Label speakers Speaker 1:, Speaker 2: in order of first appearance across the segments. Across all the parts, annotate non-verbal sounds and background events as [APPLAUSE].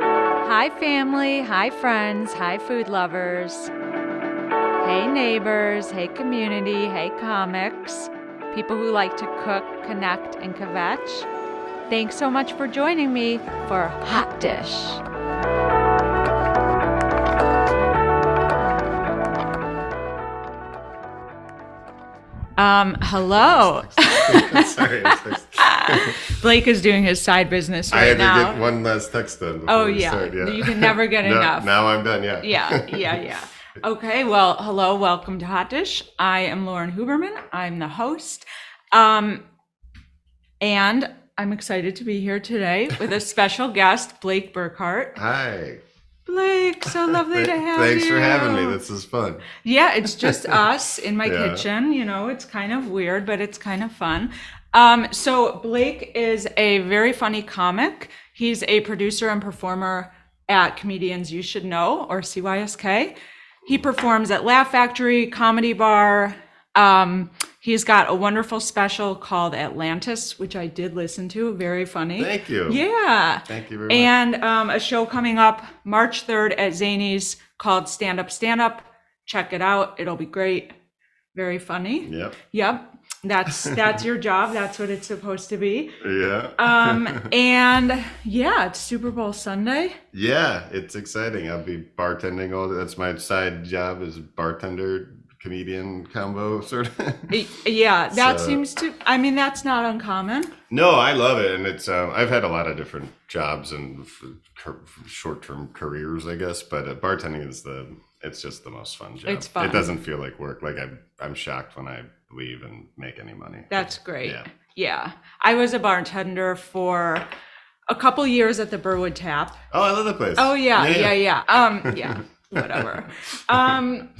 Speaker 1: Hi, family. Hi, friends. Hi, food lovers. Hey, neighbors. Hey, community. Hey, comics. People who like to cook, connect, and kvetch. Thanks so much for joining me for Hot Dish. Um,
Speaker 2: [LAUGHS]
Speaker 1: hello.
Speaker 2: Sorry, I was
Speaker 1: [LAUGHS]
Speaker 2: texting.
Speaker 1: Blake is doing his side business
Speaker 2: I
Speaker 1: right
Speaker 2: had to
Speaker 1: now.
Speaker 2: get one last text done. before
Speaker 1: Oh,
Speaker 2: we
Speaker 1: yeah.
Speaker 2: start,
Speaker 1: You can never get
Speaker 2: [LAUGHS] No,
Speaker 1: enough.
Speaker 2: Now I'm done. Yeah.
Speaker 1: yeah, yeah, yeah. Okay, well, hello, welcome to Hot Dish. I am Lauren Huberman. I'm the host. Um, and I'm excited to be here today with a special guest, Blake Burkhart.
Speaker 2: [LAUGHS] Hi.
Speaker 1: Blake, so lovely to
Speaker 2: Th-
Speaker 1: have
Speaker 2: Thanks
Speaker 1: you.
Speaker 2: for having me. This is fun.
Speaker 1: Yeah, it's
Speaker 2: [LAUGHS]
Speaker 1: just us in my
Speaker 2: Yeah.
Speaker 1: kitchen. You know, it's kind of weird, but it's kind of fun. Um, so Blake is a very funny comic. He's a producer and performer at Comedians You Should Know or CYSK. He performs at Laugh Factory, Comedy Bar. Um, he's got a wonderful special called Atlantis, which I did listen to. Very funny.
Speaker 2: Thank you.
Speaker 1: Yeah.
Speaker 2: Thank you very much.
Speaker 1: And um, a show coming up March 3rd at Zany's called Stand Up, Stand Up. Check it out. It'll be great. Very funny.
Speaker 2: Yep.
Speaker 1: Yep.
Speaker 2: [LAUGHS]
Speaker 1: That's that's your job. That's what it's supposed to be.
Speaker 2: Yeah.
Speaker 1: Um,
Speaker 2: [LAUGHS]
Speaker 1: and yeah, it's Super Bowl Sunday.
Speaker 2: yeah. It's exciting. I'll be bartending all. That's my side job is bartender comedian combo sort of. [LAUGHS]
Speaker 1: Y- Yeah, that
Speaker 2: So-
Speaker 1: seems to. I mean, that's not uncommon.
Speaker 2: No, I love it, and it's. Um, I've had a lot of different jobs and f- cur- short-term careers, I guess. But uh, bartending is the. It's just the most fun job.
Speaker 1: It's fun.
Speaker 2: It doesn't feel like work. Like I'm, I'm shocked when I leave and make any money.
Speaker 1: That's great.
Speaker 2: Yeah.
Speaker 1: yeah. I was a bartender for a couple years at the Burwood Tap.
Speaker 2: Oh, I love the place.
Speaker 1: Oh yeah, yeah, yeah. Um,
Speaker 2: [LAUGHS]
Speaker 1: yeah, whatever. Um,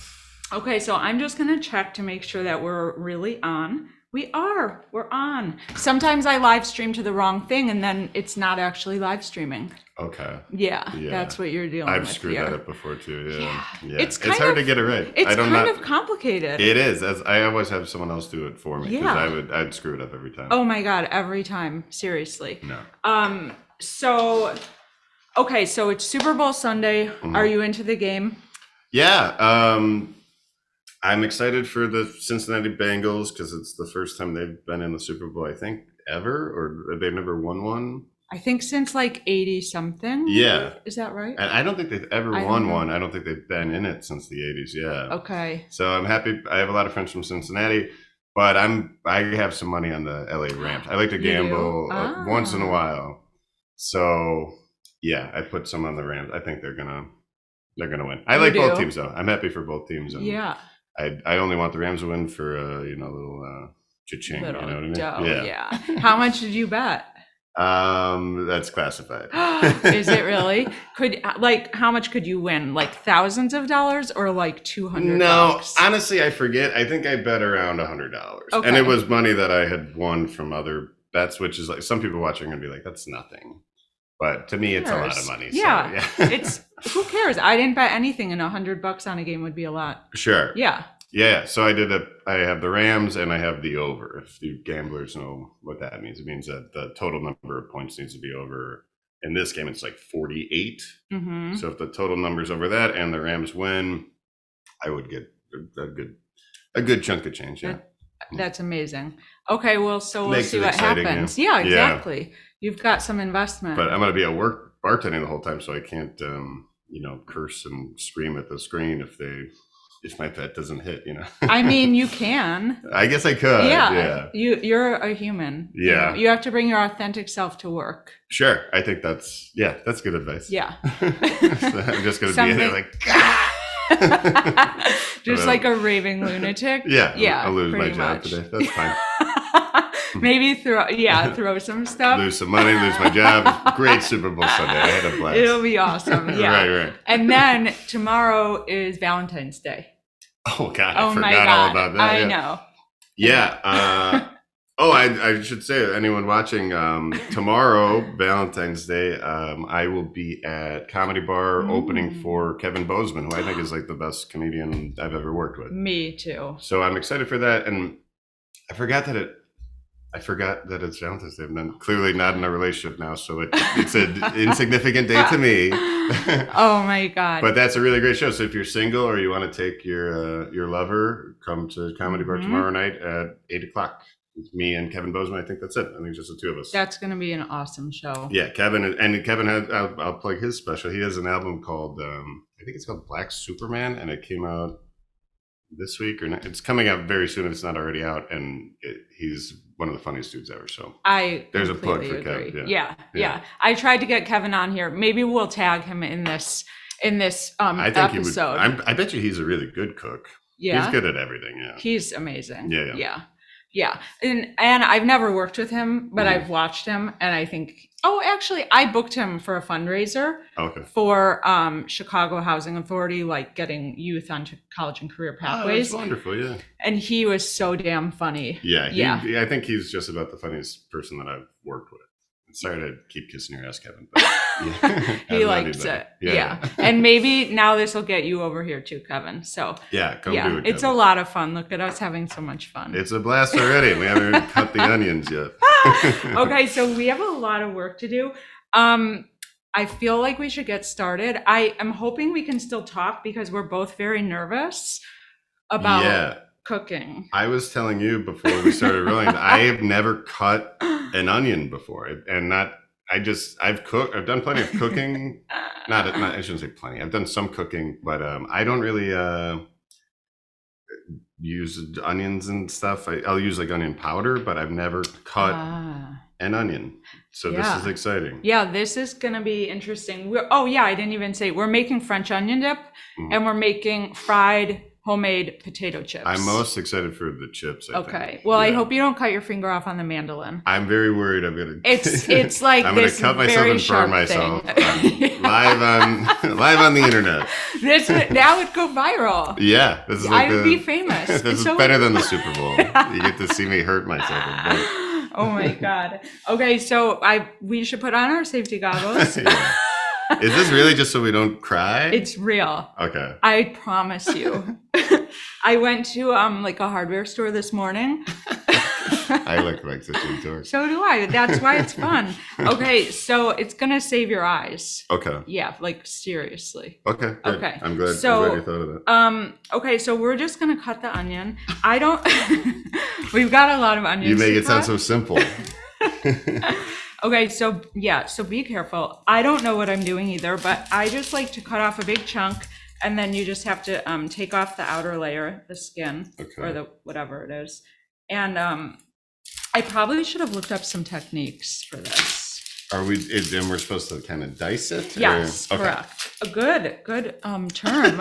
Speaker 1: okay, so I'm just gonna check to make sure that we're really on. We are. We're on. Sometimes I live stream to the wrong thing, and then it's not actually live streaming.
Speaker 2: Okay.
Speaker 1: Yeah,
Speaker 2: Yeah.
Speaker 1: that's what you're dealing
Speaker 2: I've
Speaker 1: with
Speaker 2: screwed
Speaker 1: here.
Speaker 2: that up before too. Yeah.
Speaker 1: Oh, Yeah.
Speaker 2: Yeah.
Speaker 1: It's
Speaker 2: It's,
Speaker 1: kind
Speaker 2: hard
Speaker 1: of-
Speaker 2: to get it right.
Speaker 1: It's
Speaker 2: I don't
Speaker 1: kind
Speaker 2: know.
Speaker 1: of complicated.
Speaker 2: it is. As I always have someone else do it for me because
Speaker 1: Yeah.
Speaker 2: I would. I'd screw it up every time.
Speaker 1: oh my god! Every time, seriously.
Speaker 2: No.
Speaker 1: Um. So, okay. So it's Super Bowl Sunday.
Speaker 2: Mm-hmm.
Speaker 1: Are you into the game?
Speaker 2: Yeah, um, I'm excited for the Cincinnati Bengals because it's the first time they've been in the Super Bowl, I think, ever, or they've never won one.
Speaker 1: I think since like eighty something.
Speaker 2: Yeah.
Speaker 1: Is that right?
Speaker 2: And I don't think they've ever
Speaker 1: I don't
Speaker 2: won
Speaker 1: know.
Speaker 2: one. I don't think they've been in it since the '80s. Yeah.
Speaker 1: Okay.
Speaker 2: So I'm happy. I have a lot of friends from Cincinnati, but I'm I have some money on the LA Rams. I like
Speaker 1: [GASPS]
Speaker 2: to
Speaker 1: You do?
Speaker 2: gamble uh, once in a
Speaker 1: Ah.
Speaker 2: while. So yeah, I put some on the Rams. I think they're gonna they're gonna win. I
Speaker 1: You
Speaker 2: like both
Speaker 1: do?
Speaker 2: teams though. I'm happy for both teams. and-
Speaker 1: Yeah,
Speaker 2: I I only want the Rams to win for uh, you know a little uh, cha-ching.
Speaker 1: little
Speaker 2: you know what I mean?
Speaker 1: dough. Yeah.
Speaker 2: [LAUGHS]
Speaker 1: How much did you bet? [GASPS]
Speaker 2: Um, that's classified.
Speaker 1: Is it
Speaker 2: [LAUGHS]
Speaker 1: really? Could like how much could you win? Like thousands of dollars or like two hundred?
Speaker 2: No, honestly, I forget. I think I bet around a hundred dollars, and
Speaker 1: Okay.
Speaker 2: it was money that I had won from other bets, which is like some people watching are gonna be like, "That's nothing," but to me, it's a lot
Speaker 1: cares?
Speaker 2: of money.
Speaker 1: Yeah.
Speaker 2: so, yeah.
Speaker 1: it's who cares? I didn't bet anything, and a hundred bucks on a game would be a lot.
Speaker 2: [LAUGHS] sure.
Speaker 1: Yeah.
Speaker 2: Yeah, so I did a. I have the Rams and I have the over. If the gamblers know what that means, it means that the total number of points needs to be over. In this game, it's like forty-eight.
Speaker 1: hmm
Speaker 2: So if the total numbers over that and the Rams win, I would get a, a good a good chunk of change. Yeah.
Speaker 1: That's amazing. Okay, well, so we'll
Speaker 2: Makes
Speaker 1: see
Speaker 2: it
Speaker 1: what
Speaker 2: exciting, yeah.
Speaker 1: happens. Yeah,
Speaker 2: Yeah.
Speaker 1: exactly. You've got some investment.
Speaker 2: But uh, I'm gonna be at work bartending the whole time, so I can't um, you know curse and scream at the screen if they if my bet doesn't hit. You know. [LAUGHS]
Speaker 1: I mean, you can.
Speaker 2: I guess I could.
Speaker 1: yeah,
Speaker 2: Yeah.
Speaker 1: You you're a human. you
Speaker 2: Yeah.
Speaker 1: know? you have to bring your authentic self to work.
Speaker 2: Sure. I think that's yeah. That's good advice.
Speaker 1: Yeah.
Speaker 2: so [LAUGHS] I'm just gonna be in
Speaker 1: Something-
Speaker 2: there like. "Gah!"
Speaker 1: just [LAUGHS]
Speaker 2: Hello.
Speaker 1: like a raving lunatic.
Speaker 2: [LAUGHS] Yeah,
Speaker 1: yeah.
Speaker 2: I'll lose my
Speaker 1: pretty
Speaker 2: job
Speaker 1: much.
Speaker 2: today. That's
Speaker 1: [LAUGHS]
Speaker 2: fine.
Speaker 1: Maybe throw,
Speaker 2: [LAUGHS]
Speaker 1: yeah, throw some stuff.
Speaker 2: lose some money, lose my job. Great Super Bowl Sunday. I had a blast.
Speaker 1: It'll be
Speaker 2: [LAUGHS]
Speaker 1: awesome. Yeah.
Speaker 2: right, right.
Speaker 1: And then tomorrow is Valentine's Day.
Speaker 2: Oh God, I
Speaker 1: Oh my
Speaker 2: forgot
Speaker 1: god!
Speaker 2: all about that.
Speaker 1: I
Speaker 2: yeah.
Speaker 1: know.
Speaker 2: Yeah.
Speaker 1: [LAUGHS]
Speaker 2: Uh, oh, I, I should say, anyone watching, um, tomorrow, Valentine's Day, um, I will be at Comedy Bar opening
Speaker 1: Mm.
Speaker 2: for Kevin Bozeman, who I think is like the best comedian I've ever worked with.
Speaker 1: Me too.
Speaker 2: So I'm excited for that. And I forgot that it, I forgot that it's Valentine's Day. And then clearly not in a relationship now, so it, it's an insignificant day to me.
Speaker 1: [LAUGHS] oh my god.
Speaker 2: But that's a really great show. So if you're single or you want to take your uh, your lover, come to Comedy Bar
Speaker 1: Mhm.
Speaker 2: tomorrow night at eight o'clock. It's me and Kevin Bozeman. I think that's it. I think it's just the two of us.
Speaker 1: that's going to be an awesome show.
Speaker 2: yeah, Kevin and Kevin had I'll, I'll plug his special. He has an album called um, I think it's called Black Superman, and it came out this week or not. it's coming out very soon if it's not already out. And it, he's one of the funniest dudes ever. So
Speaker 1: I
Speaker 2: There's a plug
Speaker 1: completely
Speaker 2: for Kev,
Speaker 1: agree.
Speaker 2: yeah.
Speaker 1: Yeah. yeah,
Speaker 2: Yeah.
Speaker 1: I tried to get Kevin on here. Maybe we'll tag him in this in this um
Speaker 2: I think he
Speaker 1: episode.
Speaker 2: would. I'm, I bet you he's a really good cook.
Speaker 1: yeah.
Speaker 2: He's good at everything. Yeah.
Speaker 1: He's amazing.
Speaker 2: Yeah, yeah.
Speaker 1: Yeah. Yeah. And and I've never worked with him, but
Speaker 2: Mhm.
Speaker 1: I've watched him and I think oh actually I booked him for a fundraiser
Speaker 2: Okay.
Speaker 1: for um Chicago Housing Authority, like getting youth onto college and career
Speaker 2: Oh, that's
Speaker 1: pathways.
Speaker 2: wonderful. Yeah.
Speaker 1: and he was so damn funny.
Speaker 2: Yeah, he,
Speaker 1: Yeah.
Speaker 2: I think he's just about the funniest person that I've worked with. Sorry to keep kissing your ass, Kevin.
Speaker 1: [LAUGHS]
Speaker 2: But yeah. [LAUGHS] I
Speaker 1: he
Speaker 2: love you,
Speaker 1: likes
Speaker 2: buddy.
Speaker 1: it.
Speaker 2: Yeah,
Speaker 1: Yeah.
Speaker 2: yeah. [LAUGHS]
Speaker 1: and maybe now this will get you over here too, Kevin. So
Speaker 2: yeah, come
Speaker 1: yeah,
Speaker 2: do it.
Speaker 1: it's a
Speaker 2: Kevin.
Speaker 1: lot of fun. Look at us having so much fun.
Speaker 2: It's a blast already. We haven't even cut the onions yet.
Speaker 1: [LAUGHS]
Speaker 2: [LAUGHS]
Speaker 1: okay, so we have a lot of work to do. Um, I feel like we should get started. I am hoping we can still talk because we're both very nervous about
Speaker 2: Yeah,
Speaker 1: cooking.
Speaker 2: I was telling you before we started
Speaker 1: [LAUGHS]
Speaker 2: rolling. I have never cut an onion before, and not. I just I've cooked. I've done plenty of cooking. not, not I shouldn't say plenty. I've done some cooking, but um, I don't really uh, use onions and stuff. I, I'll use like onion powder, but I've never cut
Speaker 1: Ah.
Speaker 2: an onion. So
Speaker 1: Yeah.
Speaker 2: this is exciting.
Speaker 1: Yeah, this is gonna be interesting. We're oh yeah, I didn't even say we're making French onion dip
Speaker 2: Mhm.
Speaker 1: and we're making fried homemade potato chips.
Speaker 2: I'm most excited for the chips. I think.
Speaker 1: okay. Well, I
Speaker 2: Yeah.
Speaker 1: hope you don't cut your finger off on the mandolin.
Speaker 2: I'm very worried. I'm gonna. [LAUGHS]
Speaker 1: It's it's like
Speaker 2: I'm gonna
Speaker 1: this
Speaker 2: cut myself
Speaker 1: very
Speaker 2: and burn
Speaker 1: sharp
Speaker 2: myself
Speaker 1: thing. [LAUGHS]
Speaker 2: on, live on [LAUGHS] live on the internet.
Speaker 1: this would- that would go
Speaker 2: [LAUGHS]
Speaker 1: viral.
Speaker 2: Yeah, this is like
Speaker 1: I would
Speaker 2: the-
Speaker 1: be famous.
Speaker 2: [LAUGHS] this
Speaker 1: It's
Speaker 2: is
Speaker 1: so-
Speaker 2: better than
Speaker 1: [LAUGHS]
Speaker 2: the Super Bowl. you get to see me hurt myself. a bit.
Speaker 1: oh
Speaker 2: [LAUGHS]
Speaker 1: my god. Okay, so I we should put on our safety goggles.
Speaker 2: [LAUGHS] Yeah. Is this really just so we don't cry?
Speaker 1: [LAUGHS] It's real.
Speaker 2: okay.
Speaker 1: I promise you. [LAUGHS] I went to um like a hardware store this morning.
Speaker 2: I look like such a
Speaker 1: [LAUGHS]
Speaker 2: dork.
Speaker 1: so do I. That's why it's
Speaker 2: [LAUGHS]
Speaker 1: fun. Okay, so it's gonna save your eyes.
Speaker 2: Okay.
Speaker 1: Yeah, like seriously.
Speaker 2: Okay. Good.
Speaker 1: Okay.
Speaker 2: I'm glad,
Speaker 1: So-
Speaker 2: I'm glad you thought of that.
Speaker 1: Um, okay, so we're just gonna cut the onion. I don't [LAUGHS] we've got a lot of onions.
Speaker 2: You make
Speaker 1: to
Speaker 2: it sound
Speaker 1: cut.
Speaker 2: so simple.
Speaker 1: Okay, so yeah, so be careful. I don't know what I'm doing either, but I just like to cut off a big chunk and then you just have to um, take off the outer layer, the skin or
Speaker 2: Okay.
Speaker 1: the whatever it is. And um, I probably should have looked up some techniques for this.
Speaker 2: Are we, is, and we're supposed to kind of dice it? or-
Speaker 1: Yes,
Speaker 2: Okay.
Speaker 1: correct. A good, good um,
Speaker 2: [LAUGHS]
Speaker 1: term. [LAUGHS]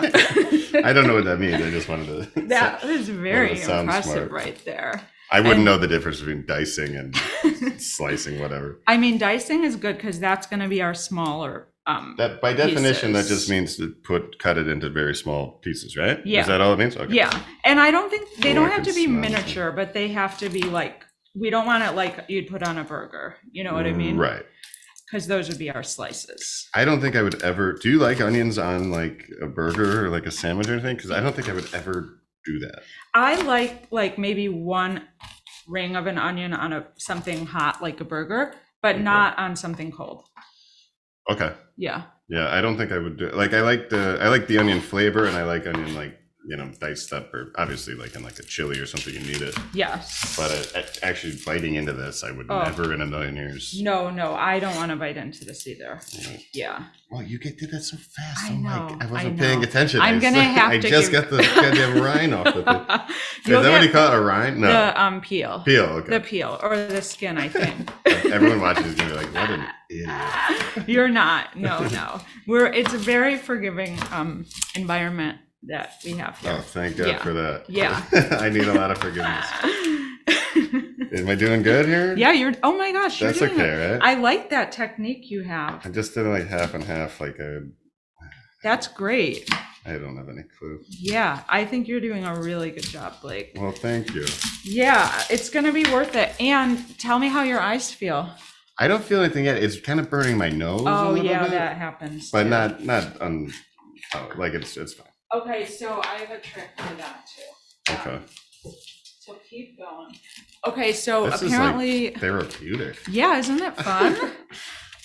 Speaker 2: I don't know what that means. I just wanted to.
Speaker 1: that was very
Speaker 2: that sounds
Speaker 1: impressive
Speaker 2: smart.
Speaker 1: right there.
Speaker 2: I wouldn't
Speaker 1: and-
Speaker 2: know the difference between
Speaker 1: [LAUGHS]
Speaker 2: dicing and slicing, whatever.
Speaker 1: I mean, dicing is good because that's going to be our smaller. Um,
Speaker 2: That by definition, that
Speaker 1: Pieces.
Speaker 2: just means to put cut it into very small pieces, right?
Speaker 1: Yeah.
Speaker 2: Is that all it means? Okay.
Speaker 1: Yeah, and I don't think they
Speaker 2: Oh,
Speaker 1: don't
Speaker 2: I
Speaker 1: have to
Speaker 2: can
Speaker 1: be
Speaker 2: smell it.
Speaker 1: miniature, but they have to be like we don't want it like you'd put on a burger. You know what I mean?
Speaker 2: Right.
Speaker 1: Because those would be our slices.
Speaker 2: I don't think I would ever. Do you like onions on like a burger or like a sandwich or anything? Because I don't think I would ever do that.
Speaker 1: I like like maybe one ring of an onion on a something hot like a burger, but
Speaker 2: Okay.
Speaker 1: not on something cold.
Speaker 2: Okay.
Speaker 1: Yeah.
Speaker 2: Yeah, I don't think I would do. Like I like the I like the onion flavor, and I like onion like you know diced up or obviously like in like a chili or something you need it.
Speaker 1: Yes.
Speaker 2: But I, I- actually biting into this, I would
Speaker 1: Oh.
Speaker 2: never in a million years.
Speaker 1: no, no, I don't want to bite into this either.
Speaker 2: Yeah.
Speaker 1: Yeah. [LAUGHS]
Speaker 2: Well, you get did that so fast.
Speaker 1: I
Speaker 2: I'm
Speaker 1: know,
Speaker 2: like, I
Speaker 1: I
Speaker 2: wasn't paying
Speaker 1: know.
Speaker 2: attention.
Speaker 1: I'm
Speaker 2: I
Speaker 1: gonna
Speaker 2: s-
Speaker 1: have
Speaker 2: I
Speaker 1: to
Speaker 2: just
Speaker 1: give-
Speaker 2: got the
Speaker 1: [LAUGHS]
Speaker 2: goddamn rind off of it. Is
Speaker 1: You'll
Speaker 2: that what
Speaker 1: get
Speaker 2: you call it? A rind? No,
Speaker 1: the um peel.
Speaker 2: peel. Okay.
Speaker 1: The peel or the skin, I think. [LAUGHS]
Speaker 2: Everyone watching is gonna be like, "What an idiot!"
Speaker 1: You're not. No, no. We're it's a very forgiving um environment that we have
Speaker 2: Oh,
Speaker 1: here.
Speaker 2: thank God
Speaker 1: Yeah.
Speaker 2: for that.
Speaker 1: Yeah.
Speaker 2: [LAUGHS] I need a lot
Speaker 1: [LAUGHS]
Speaker 2: of forgiveness. Am I doing good here?
Speaker 1: yeah, you're oh my gosh, you're
Speaker 2: Oh. That's
Speaker 1: doing it.
Speaker 2: okay, right? I,
Speaker 1: I like that technique you have.
Speaker 2: just did like half and half. Like I,
Speaker 1: That's great.
Speaker 2: I don't have any clue.
Speaker 1: Yeah, I think you're doing a really good job, Blake.
Speaker 2: Well, thank you.
Speaker 1: Yeah, it's gonna be worth it. And tell me how your eyes feel.
Speaker 2: I don't feel anything yet. It's kind of burning my nose. a
Speaker 1: Oh
Speaker 2: little
Speaker 1: yeah,
Speaker 2: bit,
Speaker 1: that happens.
Speaker 2: But
Speaker 1: too.
Speaker 2: not not um, oh, like it's it's fine.
Speaker 1: Okay, so I have a trick for that too.
Speaker 2: Okay.
Speaker 1: So keep going. Okay, so
Speaker 2: This is, like,
Speaker 1: apparently,
Speaker 2: Therapeutic.
Speaker 1: yeah, isn't it fun?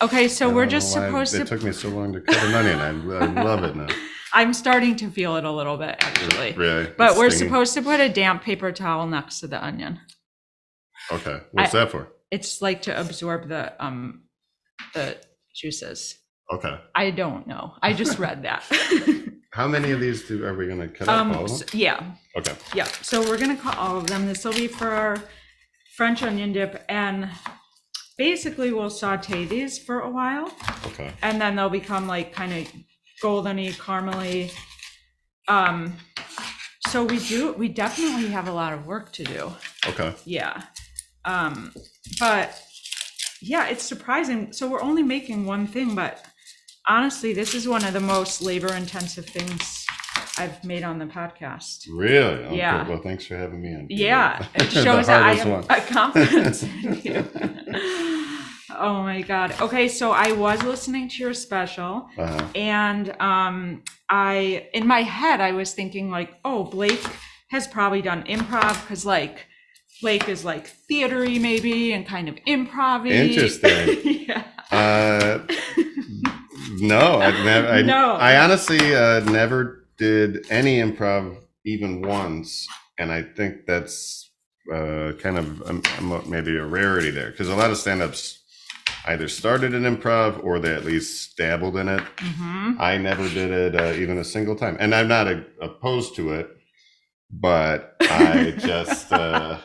Speaker 1: okay, so
Speaker 2: I
Speaker 1: we're
Speaker 2: don't know
Speaker 1: just
Speaker 2: why
Speaker 1: supposed
Speaker 2: It
Speaker 1: to.
Speaker 2: took me so long to cut an onion. I,
Speaker 1: [LAUGHS]
Speaker 2: I love it now.
Speaker 1: I'm starting to feel it a little bit actually.
Speaker 2: Really.
Speaker 1: But
Speaker 2: It's
Speaker 1: we're
Speaker 2: stinging.
Speaker 1: supposed to put a damp paper towel next to the onion.
Speaker 2: Okay. What's that for?
Speaker 1: It's like to absorb the um the juices.
Speaker 2: Okay.
Speaker 1: I don't know. I
Speaker 2: [LAUGHS]
Speaker 1: just read that.
Speaker 2: How many of these do are we gonna cut up all
Speaker 1: um
Speaker 2: of
Speaker 1: so-
Speaker 2: them?
Speaker 1: yeah,
Speaker 2: Okay.
Speaker 1: yeah. So we're gonna cut all of them. This will be for our French onion dip and basically we'll saute these for a while.
Speaker 2: Okay.
Speaker 1: and then they'll become like kind of goldeny caramely um so we do we definitely have a lot of work to do
Speaker 2: Okay.
Speaker 1: yeah um but yeah it's surprising so we're only making one thing but honestly this is one of the most labor intensive things i've made on the podcast
Speaker 2: Really? Okay.
Speaker 1: Yeah.
Speaker 2: Well, thanks for having me on. [LAUGHS]
Speaker 1: yeah
Speaker 2: The
Speaker 1: it shows that i have
Speaker 2: hardest one. [LAUGHS]
Speaker 1: a [LAUGHS] confidence in you oh my god okay so i was listening to your special
Speaker 2: Uh-huh.
Speaker 1: and um, I, in my head, I was thinking like, oh, Blake has probably done improv because like Blake is like theatery maybe and kind of improv.
Speaker 2: Interesting.
Speaker 1: [LAUGHS] yeah.
Speaker 2: Uh, no, I never. I,
Speaker 1: No.
Speaker 2: I honestly uh, never did any improv even once, and I think that's uh, kind of um, um, maybe a rarity there because a lot of stand-ups either started in improv or they at least dabbled in it.
Speaker 1: hmm
Speaker 2: I never did it uh, even a single time, and I'm not a, opposed to it, but I just uh,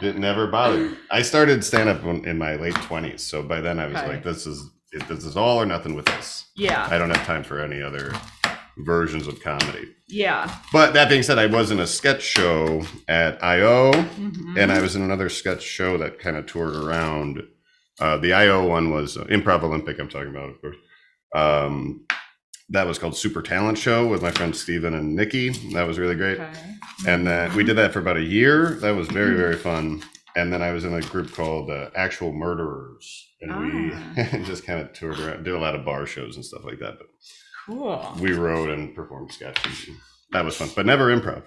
Speaker 2: did never bothered. I started stand up in my late twenties, so by then I was
Speaker 1: Okay.
Speaker 2: like, "This is it- this is all or nothing with this.
Speaker 1: Yeah.
Speaker 2: I don't have time for any other versions of comedy."
Speaker 1: Yeah.
Speaker 2: But that being said, I was in a sketch show at I.O
Speaker 1: Mhm.
Speaker 2: and I was in another sketch show that kind of toured around. Uh, the IO one was uh, Improv Olympic. I'm talking about, of course. Um, that was called Super Talent Show with my friend Steven and Nikki. That was really great.
Speaker 1: Okay.
Speaker 2: And then we did that for about a year. That was very very
Speaker 1: Mm-hmm.
Speaker 2: fun. And then I was in a group called uh, Actual Murderers, and
Speaker 1: Ah.
Speaker 2: we [LAUGHS] just kind of toured around, did a lot of bar shows and stuff like that. But
Speaker 1: Cool.
Speaker 2: we wrote and performed sketches. That was fun, but never improv.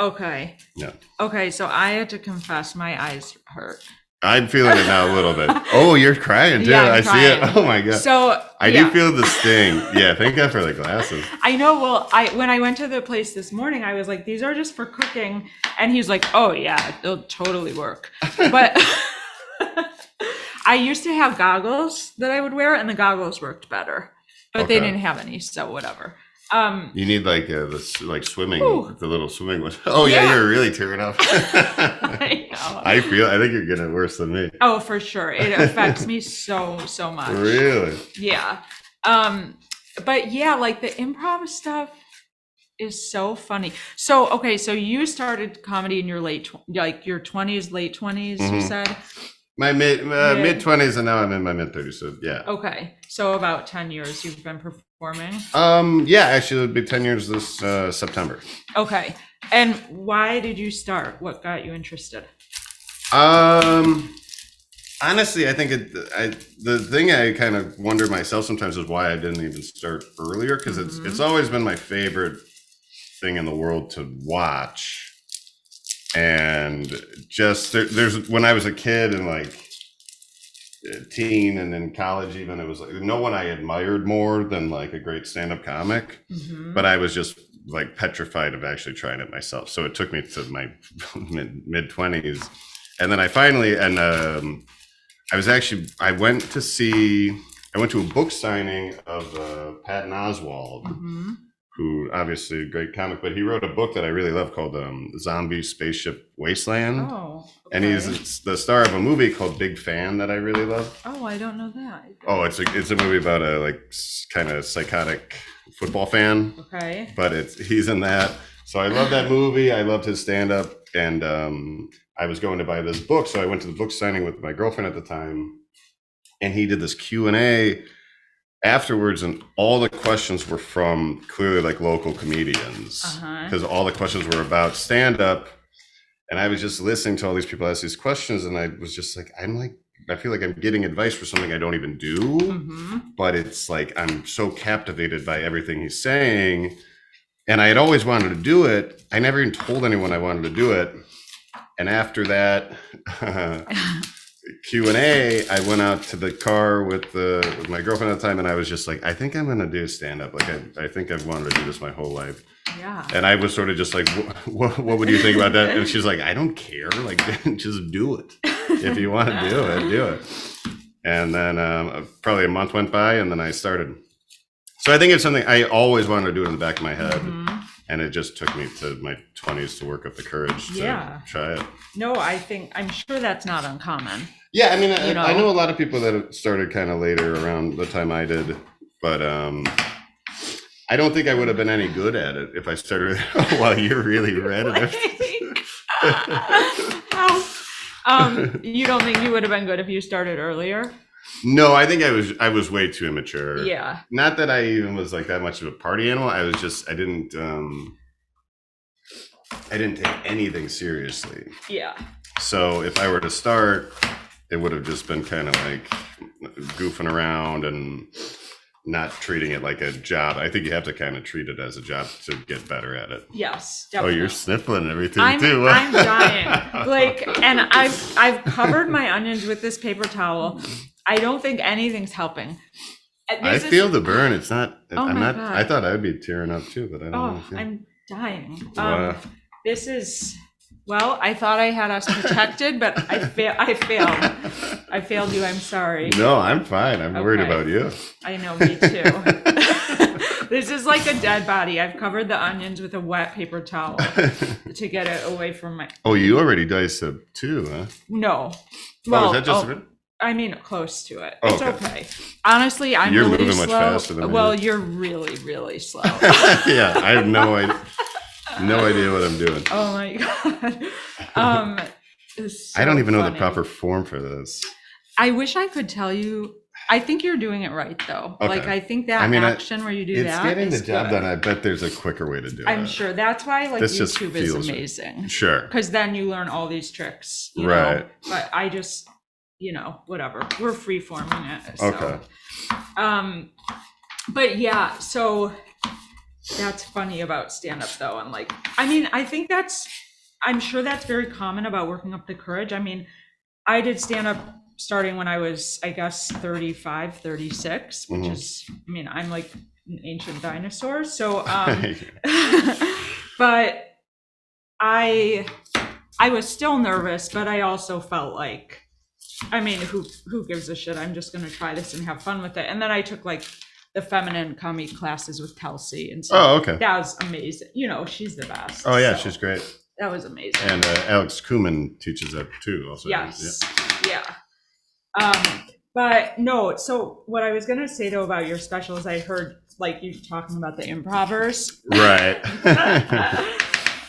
Speaker 1: Okay.
Speaker 2: Yeah.
Speaker 1: Okay. So I had to confess, my eyes hurt.
Speaker 2: I'm feeling it now a
Speaker 1: [LAUGHS]
Speaker 2: little bit. Oh, you're crying too.
Speaker 1: Yeah, I'm
Speaker 2: I see
Speaker 1: crying.
Speaker 2: it. [LAUGHS] Oh my god.
Speaker 1: So
Speaker 2: I
Speaker 1: yeah.
Speaker 2: do
Speaker 1: [LAUGHS]
Speaker 2: feel the sting. Yeah, thank God for the glasses.
Speaker 1: I know. Well, I when I went to the place this morning, I was like, "These are just for cooking," and he's like, "Oh yeah, they'll totally
Speaker 2: [LAUGHS]
Speaker 1: work." But [LAUGHS] I used to have goggles that I would wear, and the goggles worked better, but they
Speaker 2: Okay.
Speaker 1: didn't have any, so whatever. Um, [LAUGHS]
Speaker 2: You need like uh, the s- like swimming,
Speaker 1: Ooh.
Speaker 2: the little swimming one. [LAUGHS] Oh yeah,
Speaker 1: Yeah.
Speaker 2: you're really tearing up. [LAUGHS] I
Speaker 1: I know.
Speaker 2: feel. I think you're getting it worse than me.
Speaker 1: oh, for sure, it affects me so so much.
Speaker 2: Really?
Speaker 1: Yeah. Um, but yeah, like the improv stuff is so funny. So, okay, so you started comedy in your late, tw- like your 20s, late 20s, you
Speaker 2: Mhm.
Speaker 1: said?
Speaker 2: My mid uh,
Speaker 1: Yeah.
Speaker 2: mid twenties, and now I'm in my mid thirties. So yeah.
Speaker 1: Okay, so about 10 years you've been performing.
Speaker 2: Um. Yeah. Actually, it'll be ten years this uh, September.
Speaker 1: Okay. And why did you start? What got you interested?
Speaker 2: Um, honestly, I think it. I the thing I kind of wonder myself sometimes is why I didn't even start earlier because
Speaker 1: Mhm.
Speaker 2: it's it's always been my favorite thing in the world to watch, and just there, there's when I was a kid and like uh, teen and in college even it was like no one I admired more than like a great stand up comic
Speaker 1: Mhm.
Speaker 2: but I was just like petrified of actually trying it myself. So it took me to my [LAUGHS] mid mid twenties, and then I finally and um, I was actually I went to see I went to a book signing of uh, Patton Oswald,
Speaker 1: Mhm.
Speaker 2: who obviously a great comic, but he wrote a book that I really love called um, Zombie Spaceship Wasteland.
Speaker 1: Oh.
Speaker 2: And
Speaker 1: okay.
Speaker 2: he's the star of a movie called Big Fan that I really love.
Speaker 1: Oh, I don't know that.
Speaker 2: Oh, it's a it's a movie about a like kind of psychotic football fan
Speaker 1: Okay.
Speaker 2: but it's he's in that. So I love that movie. I loved his stand up, and um, I was going to buy this book, so I went to the book signing with my girlfriend at the time, and he did this Q and A afterwards, and all the questions were from clearly like local comedians
Speaker 1: Uh-huh.
Speaker 2: because all the questions were about stand up. And I was just listening to all these people ask these questions, and I was just like, I'm like, I feel like I'm getting advice for something I don't even do
Speaker 1: Mhm.
Speaker 2: but it's like I'm so captivated by everything he's saying. And I had always wanted to do it. I never even told anyone I wanted to do it. And after that [LAUGHS] Q and A, I went out to the car with the with my girlfriend at the time, and I was just like, I think I'm gonna do stand up. Like I, I think I've wanted to do this my whole life.
Speaker 1: yeah.
Speaker 2: And I was sort of just like, what, what would you think about that? And she's like, I don't care. Like, [LAUGHS] just do it. If you want to do it, do it. And then um, probably a month went by and then I started. So I think it's something I always wanted to do in the back of my head.
Speaker 1: Mhm.
Speaker 2: And it just took me to my 20s to work up the courage to
Speaker 1: Yeah.
Speaker 2: try it.
Speaker 1: No, I think I'm sure that's not uncommon.
Speaker 2: Yeah. I mean, I,
Speaker 1: You know?
Speaker 2: I know a lot of people that have started kind of later around the time I did, but um, I don't think I would have been any good at it if I started [LAUGHS] while you're really
Speaker 1: [LAUGHS]
Speaker 2: red.
Speaker 1: How- um, you don't think you would have been good if you started earlier?
Speaker 2: No, I think I was I was way too immature.
Speaker 1: Yeah.
Speaker 2: Not that I even was like that much of a party animal. I was just I didn't um I didn't take anything seriously.
Speaker 1: Yeah.
Speaker 2: So if I were to start, it would have just been kind of like goofing around and not treating it like a job. I think you have to kind of treat it as a job to get better at it.
Speaker 1: Yes.
Speaker 2: Oh,
Speaker 1: Definitely.
Speaker 2: you're sniffling and everything
Speaker 1: I'm,
Speaker 2: too. [LAUGHS]
Speaker 1: I'm dying. Like, and I've I've covered my onions with this paper towel. I don't think anything's helping. Uh,
Speaker 2: I
Speaker 1: this is-
Speaker 2: feel the burn. It's not.
Speaker 1: Oh
Speaker 2: I'm
Speaker 1: my
Speaker 2: not.
Speaker 1: God.
Speaker 2: I thought I'd be tearing up too, but I don't.
Speaker 1: Oh,
Speaker 2: really feel-
Speaker 1: I'm dying. Um,
Speaker 2: Wow.
Speaker 1: this is well. I thought I had us protected, but I fail. I failed. I failed you. I'm sorry.
Speaker 2: [LAUGHS] No, I'm fine. I'm worried
Speaker 1: Okay.
Speaker 2: about you.
Speaker 1: I know, me too. [LAUGHS] this is like a dead body. I've covered the onions with a wet paper
Speaker 2: [LAUGHS]
Speaker 1: towel to get it away from my.
Speaker 2: Oh, you already diced up too, huh?
Speaker 1: No.
Speaker 2: oh, is that just
Speaker 1: oh, [LAUGHS]
Speaker 2: a bit?
Speaker 1: I mean, close to it.
Speaker 2: Oh,
Speaker 1: it's
Speaker 2: okay.
Speaker 1: okay. Honestly, I'm
Speaker 2: You're
Speaker 1: really
Speaker 2: moving
Speaker 1: slow.
Speaker 2: much faster than I
Speaker 1: well,
Speaker 2: am.
Speaker 1: you're really, really
Speaker 2: [LAUGHS]
Speaker 1: slow.
Speaker 2: [LAUGHS] yeah, I have no idea. No idea what I'm doing.
Speaker 1: oh my god. Um, it's
Speaker 2: I don't
Speaker 1: so
Speaker 2: even know the
Speaker 1: funny.
Speaker 2: proper form for this.
Speaker 1: I wish I could tell you. I think you're doing it right though.
Speaker 2: Okay.
Speaker 1: Like I think that
Speaker 2: I mean, I-
Speaker 1: action where you do
Speaker 2: It's
Speaker 1: that
Speaker 2: getting the
Speaker 1: is
Speaker 2: job
Speaker 1: good.
Speaker 2: done. I bet there's a quicker way to do
Speaker 1: I'm
Speaker 2: it.
Speaker 1: sure that's why like
Speaker 2: This just
Speaker 1: YouTube is
Speaker 2: feels right.
Speaker 1: amazing.
Speaker 2: Sure.
Speaker 1: because then you learn all these tricks, you Know?
Speaker 2: Right.
Speaker 1: But I just, you know, whatever. We're free forming it. So.
Speaker 2: Okay.
Speaker 1: Um, but yeah, so that's funny about stand up though, and like, I mean, I think that's, I'm sure that's very common about working up the courage. I mean, I did stand up starting when I was, I guess, 35, 36, which
Speaker 2: Mhm.
Speaker 1: is, I mean, I'm like an ancient dinosaur,
Speaker 2: [LAUGHS]
Speaker 1: so um. [LAUGHS] but I I was still nervous, but I also felt like I mean, who who gives a shit? I'm just gonna try this and have fun with it. And then I took like the feminine comedy classes with Kelsey and stuff.
Speaker 2: [LAUGHS] oh, okay.
Speaker 1: That was amazing. You know, she's the best.
Speaker 2: Oh, yeah,
Speaker 1: so
Speaker 2: she's great.
Speaker 1: that was amazing.
Speaker 2: And uh, Alex Kuman teaches that too. Also.
Speaker 1: Yes. Yeah. Um, but no, so what I was gonna say though about your specials, I heard like you talking about the improvers.
Speaker 2: Yeah. Right.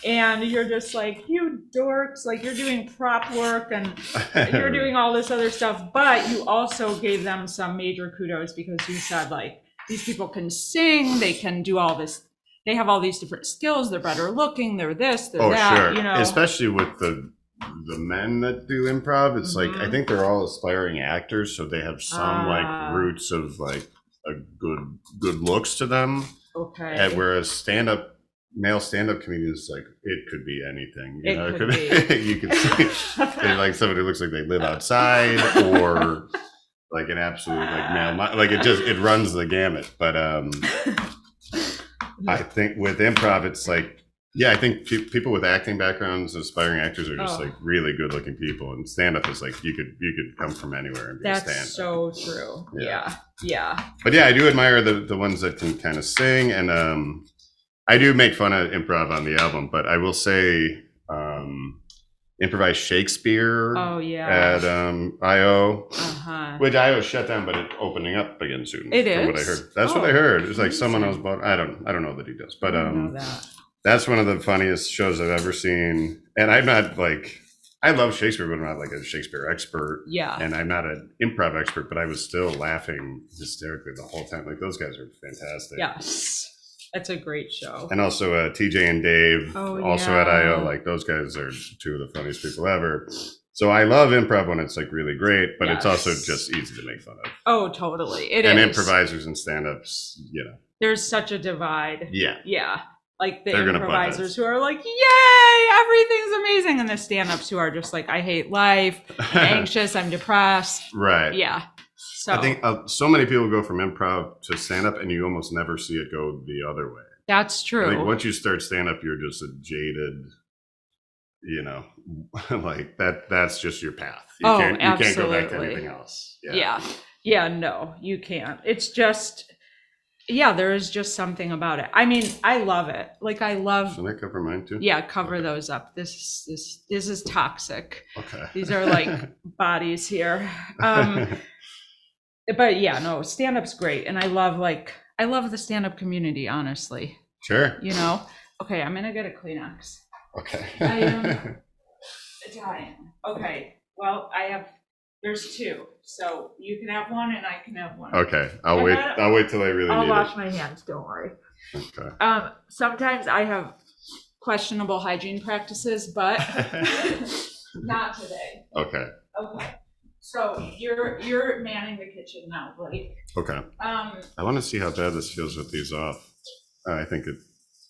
Speaker 1: and you're just like you dorks like you're doing prop work and [LAUGHS] you're
Speaker 2: [LAUGHS]
Speaker 1: doing all this other stuff but you also gave them some major kudos because you said like these people can sing they can do all this they have all these different skills they're better looking they're this they're
Speaker 2: Oh,
Speaker 1: that
Speaker 2: sure.
Speaker 1: you know
Speaker 2: Especially with the the men that do improv, it's like I
Speaker 1: Mhm.
Speaker 2: think they're all aspiring actors, so they have some
Speaker 1: Ah.
Speaker 2: like roots of like a good good looks to them.
Speaker 1: okay [LAUGHS]
Speaker 2: And whereas stand up male stand up comedians like it could be anything. You
Speaker 1: It
Speaker 2: know, [LAUGHS]
Speaker 1: could
Speaker 2: you could see they like somebody who looks like they live outside or like an absolute like male mo- like it just it runs the gamut.
Speaker 1: [LAUGHS]
Speaker 2: But um I think with improv, it's like, yeah, I think pe- people with acting backgrounds, aspiring actors, are just
Speaker 1: Oh.
Speaker 2: like really good-looking people, and stand-up is like you could you could come from anywhere and be a
Speaker 1: that's
Speaker 2: stand.
Speaker 1: so true yeah
Speaker 2: Yeah.
Speaker 1: yeah
Speaker 2: but yeah, I do admire the the ones that can kind of sing, and um, I do make fun of improv on the album, but I will say, um, improvised Shakespeare
Speaker 1: oh yeah
Speaker 2: at um, IO.
Speaker 1: uh-huh
Speaker 2: Which I was shut down, but it's opening up again soon.
Speaker 1: It
Speaker 2: from What I
Speaker 1: is?
Speaker 2: heard. That's
Speaker 1: Oh,
Speaker 2: what I heard. It's like someone else
Speaker 1: amazing.
Speaker 2: bought. I don't. I don't know the details, but
Speaker 1: I didn't
Speaker 2: um,
Speaker 1: know that.
Speaker 2: that's one of the funniest shows I've ever seen. And I'm not like I love Shakespeare, but I'm not like a Shakespeare expert.
Speaker 1: yeah
Speaker 2: And I'm not an improv expert, but I was still laughing hysterically the whole time. Like those guys are fantastic.
Speaker 1: yes that's a great show
Speaker 2: And also uh, TJ and Dave,
Speaker 1: Oh,
Speaker 2: also at
Speaker 1: yeah.
Speaker 2: IO, like those guys are two of the funniest people ever. So I love improv when it's like really great, but it's also
Speaker 1: Yes.
Speaker 2: just easy to make fun of.
Speaker 1: oh totally it is.
Speaker 2: and improvisers and stand ups, you know.
Speaker 1: there's such a divide.
Speaker 2: Yeah.
Speaker 1: Yeah. like the
Speaker 2: They're gonna butt
Speaker 1: improvisers
Speaker 2: heads.
Speaker 1: who are like, "Yay, everything's amazing," and the stand-ups who are just like, "I hate life,
Speaker 2: [LAUGHS]
Speaker 1: I'm anxious, I'm depressed."
Speaker 2: right.
Speaker 1: Yeah. So
Speaker 2: I think uh, so many people go from improv to stand up, and you almost never see it go the other way.
Speaker 1: that's
Speaker 2: I
Speaker 1: true.
Speaker 2: think once you start stand up, you're just a jaded, you know, [LAUGHS] like that. That's just your path. You
Speaker 1: Oh,
Speaker 2: can't, you can't go back to
Speaker 1: absolutely.
Speaker 2: anything else.
Speaker 1: yeah. yeah. no, you can't. It's just yeah, there is just something about it. I mean, I love it. Like I love
Speaker 2: Should I cover mine too?
Speaker 1: yeah, cover
Speaker 2: Okay.
Speaker 1: those up. This is this this is toxic.
Speaker 2: Okay.
Speaker 1: These are
Speaker 2: [LAUGHS]
Speaker 1: like bodies here. Um but yeah, no, stand up's great and I love like I love the stand up community, honestly.
Speaker 2: sure.
Speaker 1: You know? Okay, I'm gonna get a Kleenex.
Speaker 2: Okay.
Speaker 1: I, um, Italian. Okay. Well, I have there's two. So you can have one and I can have one.
Speaker 2: [LAUGHS] okay. I'll
Speaker 1: I
Speaker 2: wait.
Speaker 1: gotta-
Speaker 2: I'll wait till I really
Speaker 1: I'll
Speaker 2: need
Speaker 1: wash my hands, don't worry.
Speaker 2: it. Okay.
Speaker 1: Um, sometimes I have questionable hygiene practices, but
Speaker 2: [LAUGHS]
Speaker 1: not today.
Speaker 2: Okay.
Speaker 1: Okay. So you're you're manning the kitchen now, Blake.
Speaker 2: Okay.
Speaker 1: Um,
Speaker 2: I want to see how bad this feels with these off. I think it.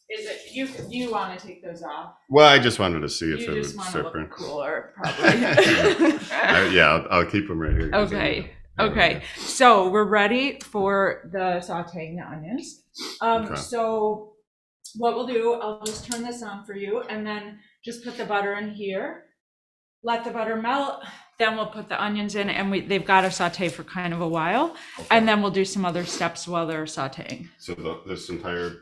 Speaker 1: is it you? You want to take those off?
Speaker 2: Well, I just wanted to see if
Speaker 1: You
Speaker 2: it would
Speaker 1: just want to
Speaker 2: start burn.
Speaker 1: [LAUGHS] look
Speaker 2: [LAUGHS]
Speaker 1: cooler, probably. [LAUGHS]
Speaker 2: I- yeah, I'll, I'll keep them right here. 'cause I
Speaker 1: Okay.
Speaker 2: need 'em. There we
Speaker 1: Okay, so we're ready for the sauteing the onions. Um,
Speaker 2: Okay.
Speaker 1: So what we'll do, I'll just turn this on for you and then just put the butter in here. Let the butter melt, then we'll put the onions in and we, they've got to saute for kind of a while.
Speaker 2: go. Okay.
Speaker 1: And then we'll do some other steps while they're sauteing.
Speaker 2: So the, this entire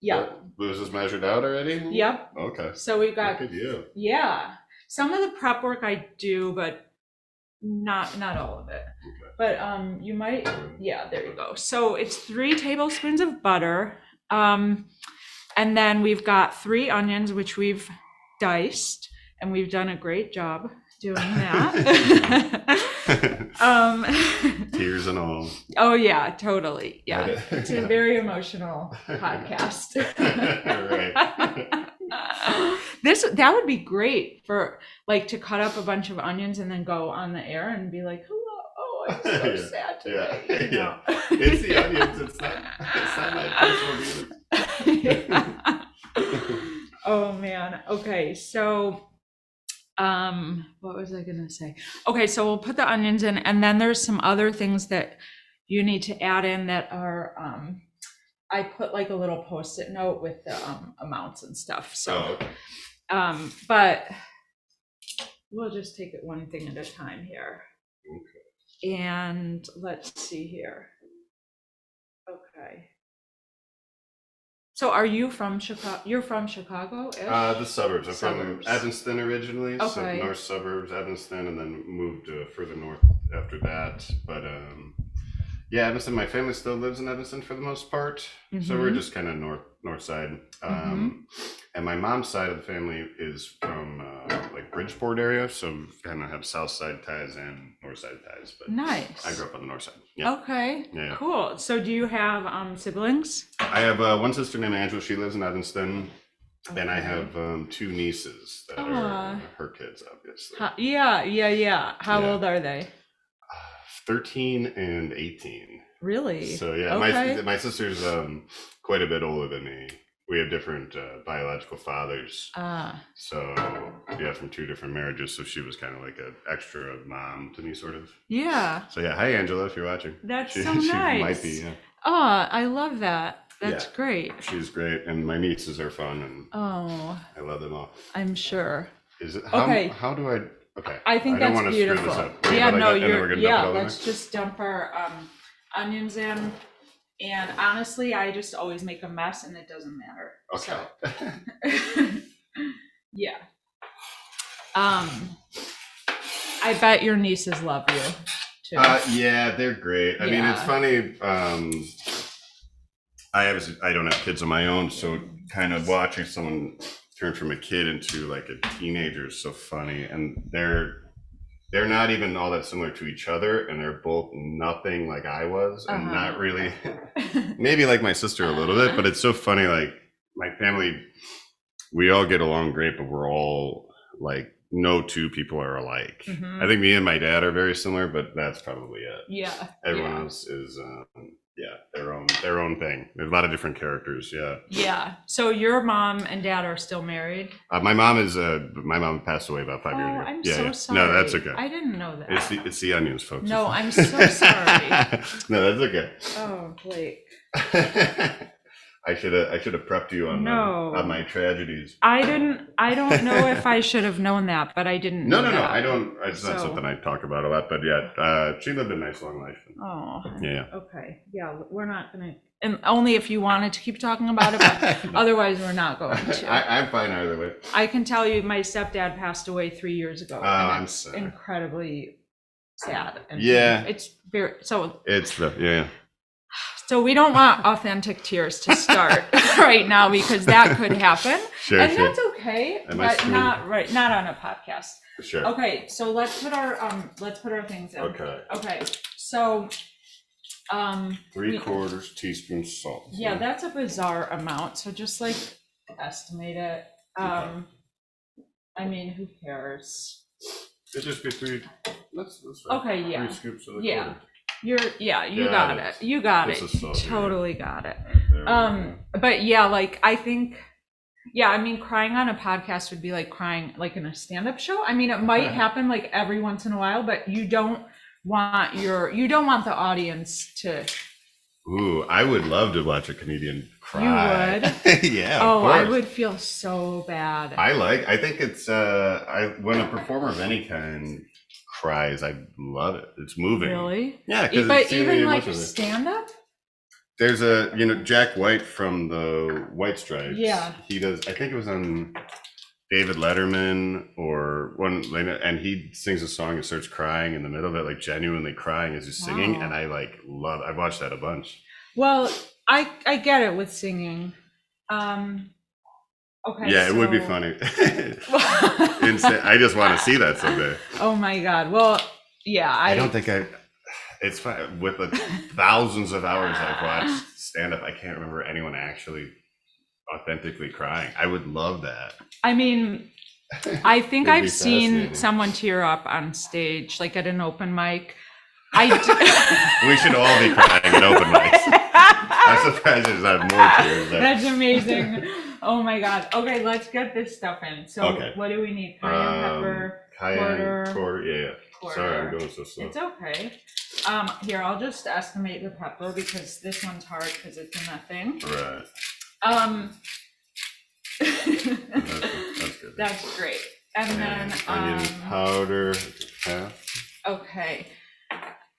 Speaker 1: Yeah,
Speaker 2: was this measured out already?
Speaker 1: yep.
Speaker 2: Okay.
Speaker 1: So we've
Speaker 2: Look
Speaker 1: got,
Speaker 2: at you.
Speaker 1: yeah. Some of the prep work I do, but not, not all of it. But um, you might, Yeah, there you go. So it's three tablespoons of butter. Um, and then we've got three onions, which we've diced, and we've done a great job doing that. [LAUGHS] um,
Speaker 2: [LAUGHS]
Speaker 1: [LAUGHS]
Speaker 2: Tears and all.
Speaker 1: oh, yeah, totally. Yeah. [LAUGHS] It's a
Speaker 2: [LAUGHS] right.
Speaker 1: very emotional podcast. [LAUGHS] this that would be great for like to cut up a bunch of onions and then go on the air and be like, "Hello, oh, I'm so
Speaker 2: [LAUGHS] Yeah,
Speaker 1: sad
Speaker 2: yeah,
Speaker 1: today." you
Speaker 2: [LAUGHS] yeah.
Speaker 1: know? [LAUGHS]
Speaker 2: It's the onions. It's not. It's not my personal music.
Speaker 1: [LAUGHS] oh man. Okay, so um what was I gonna say? Okay, so we'll put the onions in and then there's some other things that you need to add in that are um I put like a little post-it note with the um, amounts and stuff.
Speaker 2: Oh,
Speaker 1: So
Speaker 2: okay.
Speaker 1: um but we'll just take it one thing at a time here. And let's see here. Okay. So are you from Chicago? You're from Chicago?
Speaker 2: Uh, the suburbs. I'm
Speaker 1: Suburbs.
Speaker 2: from Evanston originally, so
Speaker 1: Okay.
Speaker 2: north suburbs, Evanston, and then moved uh, further north after that. But um, yeah, Evanston. My family still lives in Evanston for the most part, so
Speaker 1: Mm-hmm.
Speaker 2: we're just kind of north north side. Um, And my mom's side of the family is from uh, like Bridgeport area, so kind of have south side ties and north side ties. But
Speaker 1: nice. Oh.
Speaker 2: I grew up on the north side. Yeah,
Speaker 1: Okay.
Speaker 2: yeah. yeah.
Speaker 1: Cool. So do you have um siblings?
Speaker 2: I have uh, one sister named Angela. She lives in Evanston. And I have um, two nieces that are
Speaker 1: Mm-hmm. Aw.
Speaker 2: her kids, obviously. [SIGHS]
Speaker 1: Ho- yeah, yeah, yeah. How
Speaker 2: Yeah.
Speaker 1: old are they?
Speaker 2: 13 and 18.
Speaker 1: Really?
Speaker 2: So, yeah,
Speaker 1: Okay.
Speaker 2: my, my sister's um, quite a bit older than me. We have different uh, biological fathers.
Speaker 1: Ah,
Speaker 2: So, yeah, from two different marriages. So she was kind of like an extra mom to me, sort of.
Speaker 1: yeah.
Speaker 2: So, yeah, hi, Angela, if you're watching.
Speaker 1: That's
Speaker 2: She,
Speaker 1: so
Speaker 2: [LAUGHS] she
Speaker 1: nice.
Speaker 2: might be. Yeah.
Speaker 1: Oh, I love that. That's
Speaker 2: Yeah.
Speaker 1: great.
Speaker 2: She's great. And my nieces are fun, and
Speaker 1: Oh,
Speaker 2: I love them all.
Speaker 1: I'm sure.
Speaker 2: Is it, how,
Speaker 1: Okay.
Speaker 2: how do I? Okay.
Speaker 1: I think
Speaker 2: I don't
Speaker 1: that's
Speaker 2: wanna screw this
Speaker 1: beautiful.
Speaker 2: up. Wait,
Speaker 1: yeah,
Speaker 2: but I
Speaker 1: no,
Speaker 2: got- and then we're
Speaker 1: you're
Speaker 2: gonna dump it
Speaker 1: yeah.
Speaker 2: all in
Speaker 1: Let's just dump our um, onions in, and honestly, I just always make a mess, and it doesn't matter. [LAUGHS]
Speaker 2: Okay.
Speaker 1: So yeah. Um, I bet your nieces love you too.
Speaker 2: Uh, yeah, they're great. I mean, it's
Speaker 1: Yeah.
Speaker 2: funny. Um, I have I don't have kids of my own, so kind of watching someone turn from a kid into like a teenager is so funny, and they're they're not even all that similar to each other, and they're both nothing like I was, and
Speaker 1: Uh-huh.
Speaker 2: not really [LAUGHS]
Speaker 1: [LAUGHS]
Speaker 2: maybe like my sister a little bit, but it's so funny. Like my family, we all get along great, but we're all like no two people are alike.
Speaker 1: Mhm.
Speaker 2: I think me and my dad are very similar, but that's probably it.
Speaker 1: yeah.
Speaker 2: Everyone
Speaker 1: yeah.
Speaker 2: else is, um, yeah, their own their own thing. There's a lot of different characters. Yeah,
Speaker 1: Yeah. So your mom and dad are still married?
Speaker 2: uh, my mom is. Uh, my mom passed away about five
Speaker 1: Oh,
Speaker 2: years ago.
Speaker 1: I'm
Speaker 2: yeah,
Speaker 1: so
Speaker 2: yeah.
Speaker 1: sorry.
Speaker 2: No, that's okay.
Speaker 1: I didn't know that.
Speaker 2: it's the it's the onions, folks.
Speaker 1: No,
Speaker 2: [LAUGHS]
Speaker 1: I'm so sorry.
Speaker 2: no, that's okay.
Speaker 1: oh, Blake.
Speaker 2: [LAUGHS] I should have I should have prepped you on my-
Speaker 1: No.
Speaker 2: on my tragedies.
Speaker 1: I didn't. I don't know if I should have known that, but I didn't.
Speaker 2: No,
Speaker 1: know
Speaker 2: no, no.
Speaker 1: that.
Speaker 2: I don't. It's not
Speaker 1: So-
Speaker 2: something I talk about a lot, but yeah, uh, she lived a nice long life.
Speaker 1: Oh.
Speaker 2: Yeah.
Speaker 1: Okay. Yeah, we're not gonna. And only if you wanted to keep talking about it.
Speaker 2: [LAUGHS]
Speaker 1: But
Speaker 2: I,
Speaker 1: otherwise, we're not going
Speaker 2: [LAUGHS]
Speaker 1: to. I,
Speaker 2: I'm fine either way.
Speaker 1: can tell you, my stepdad passed away three years ago.
Speaker 2: Uh,
Speaker 1: and
Speaker 2: I'm
Speaker 1: it's
Speaker 2: sorry.
Speaker 1: incredibly sad. And
Speaker 2: Yeah.
Speaker 1: It's very so.
Speaker 2: It's the yeah.
Speaker 1: So we don't want authentic tears to start [LAUGHS] right now because that could happen,
Speaker 2: Sure,
Speaker 1: and
Speaker 2: sure,
Speaker 1: that's okay,
Speaker 2: Am I
Speaker 1: but
Speaker 2: screwed?
Speaker 1: not right, not on a podcast.
Speaker 2: sure.
Speaker 1: Okay, so let's put our um, let's put our things in.
Speaker 2: Okay.
Speaker 1: Okay, so, um,
Speaker 2: Three quarters teaspoon salt.
Speaker 1: yeah, that's a bizarre amount, so just like estimate it. Um, I mean, who cares?
Speaker 2: It'd just be three. Let's. let's
Speaker 1: Okay, yeah.
Speaker 2: Three scoops of the
Speaker 1: Yeah.
Speaker 2: quarter.
Speaker 1: You're, yeah, you got
Speaker 2: Got it.
Speaker 1: it, you got
Speaker 2: This
Speaker 1: it,
Speaker 2: is so
Speaker 1: You
Speaker 2: weird.
Speaker 1: totally got it.
Speaker 2: Right there we
Speaker 1: Um,
Speaker 2: go.
Speaker 1: but yeah, like I think, yeah, I mean, crying on a podcast would be like crying like in a stand-up show. I mean, it might
Speaker 2: [LAUGHS]
Speaker 1: happen like every once in a while, but you don't want your you don't want the audience to.
Speaker 2: Ooh, I would love to watch a comedian cry. would. [LAUGHS] yeah.
Speaker 1: oh,
Speaker 2: of course.
Speaker 1: I would feel so bad.
Speaker 2: I like. I think it's. uh I when a performer of any kind cries, I love it. It's moving.
Speaker 1: really, E-
Speaker 2: Yeah, because
Speaker 1: but even like a stand-up.
Speaker 2: There's a you know Jack White from the White Stripes.
Speaker 1: Yeah.
Speaker 2: he does. I think it was on David Letterman or one, and he sings a song and starts crying in the middle of it, like genuinely crying as he's singing.
Speaker 1: Wow.
Speaker 2: And I like love. I've watched that a bunch.
Speaker 1: Well, I I get it with singing. Um, okay.
Speaker 2: yeah, it would be
Speaker 1: so-
Speaker 2: funny. [LAUGHS]
Speaker 1: [LAUGHS] Insane.
Speaker 2: Insta- I just want to see that someday.
Speaker 1: Oh my god. Well, yeah, I,
Speaker 2: I, don't think I. [SIGHS] It's fine with the thousands of hours I've watched stand up. I can't remember anyone actually authentically crying. I would love that.
Speaker 1: I mean, I think
Speaker 2: It'd be
Speaker 1: I've seen
Speaker 2: fascinating.
Speaker 1: someone tear up on stage, like at an open mic.
Speaker 2: [LAUGHS]
Speaker 1: I
Speaker 2: We should all be crying at open
Speaker 1: [LAUGHS]
Speaker 2: mics. [LAUGHS] I'm
Speaker 1: d-
Speaker 2: surprised there's not more tears.
Speaker 1: [LAUGHS]
Speaker 2: There.
Speaker 1: That's amazing. Oh my god. Okay, let's get this stuff in. So,
Speaker 2: Okay.
Speaker 1: what do we need? Cayenne
Speaker 2: Um,
Speaker 1: pepper.
Speaker 2: Cayenne,
Speaker 1: Quarter.
Speaker 2: quarter, yeah, yeah.
Speaker 1: Quarter.
Speaker 2: Sorry, I'm going so slow.
Speaker 1: It's okay. Um, here, I'll just estimate the pepper because this one's hard because it's in that thing.
Speaker 2: Right.
Speaker 1: Um. [LAUGHS]
Speaker 2: That's good. That's good.
Speaker 1: That's great. And then,
Speaker 2: And
Speaker 1: um,
Speaker 2: onion powder. Yeah.
Speaker 1: Okay.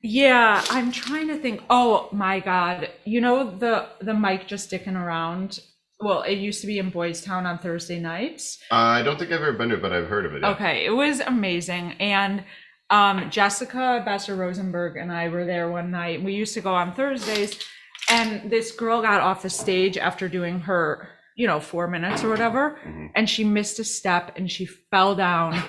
Speaker 1: Yeah, I'm trying to think. Oh my God. You know the the mic just sticking around. Well, it used to be in Boys Town on Thursday nights.
Speaker 2: Uh, I don't think I've ever been to it, but I've heard of it. yeah.
Speaker 1: Okay, it was amazing. And um, Jessica Besser Rosenberg and I were there one night. We used to go on Thursdays, and this girl got off the stage after doing her, you know, four minutes or whatever,
Speaker 2: Mhm.
Speaker 1: and she missed a step and she fell down.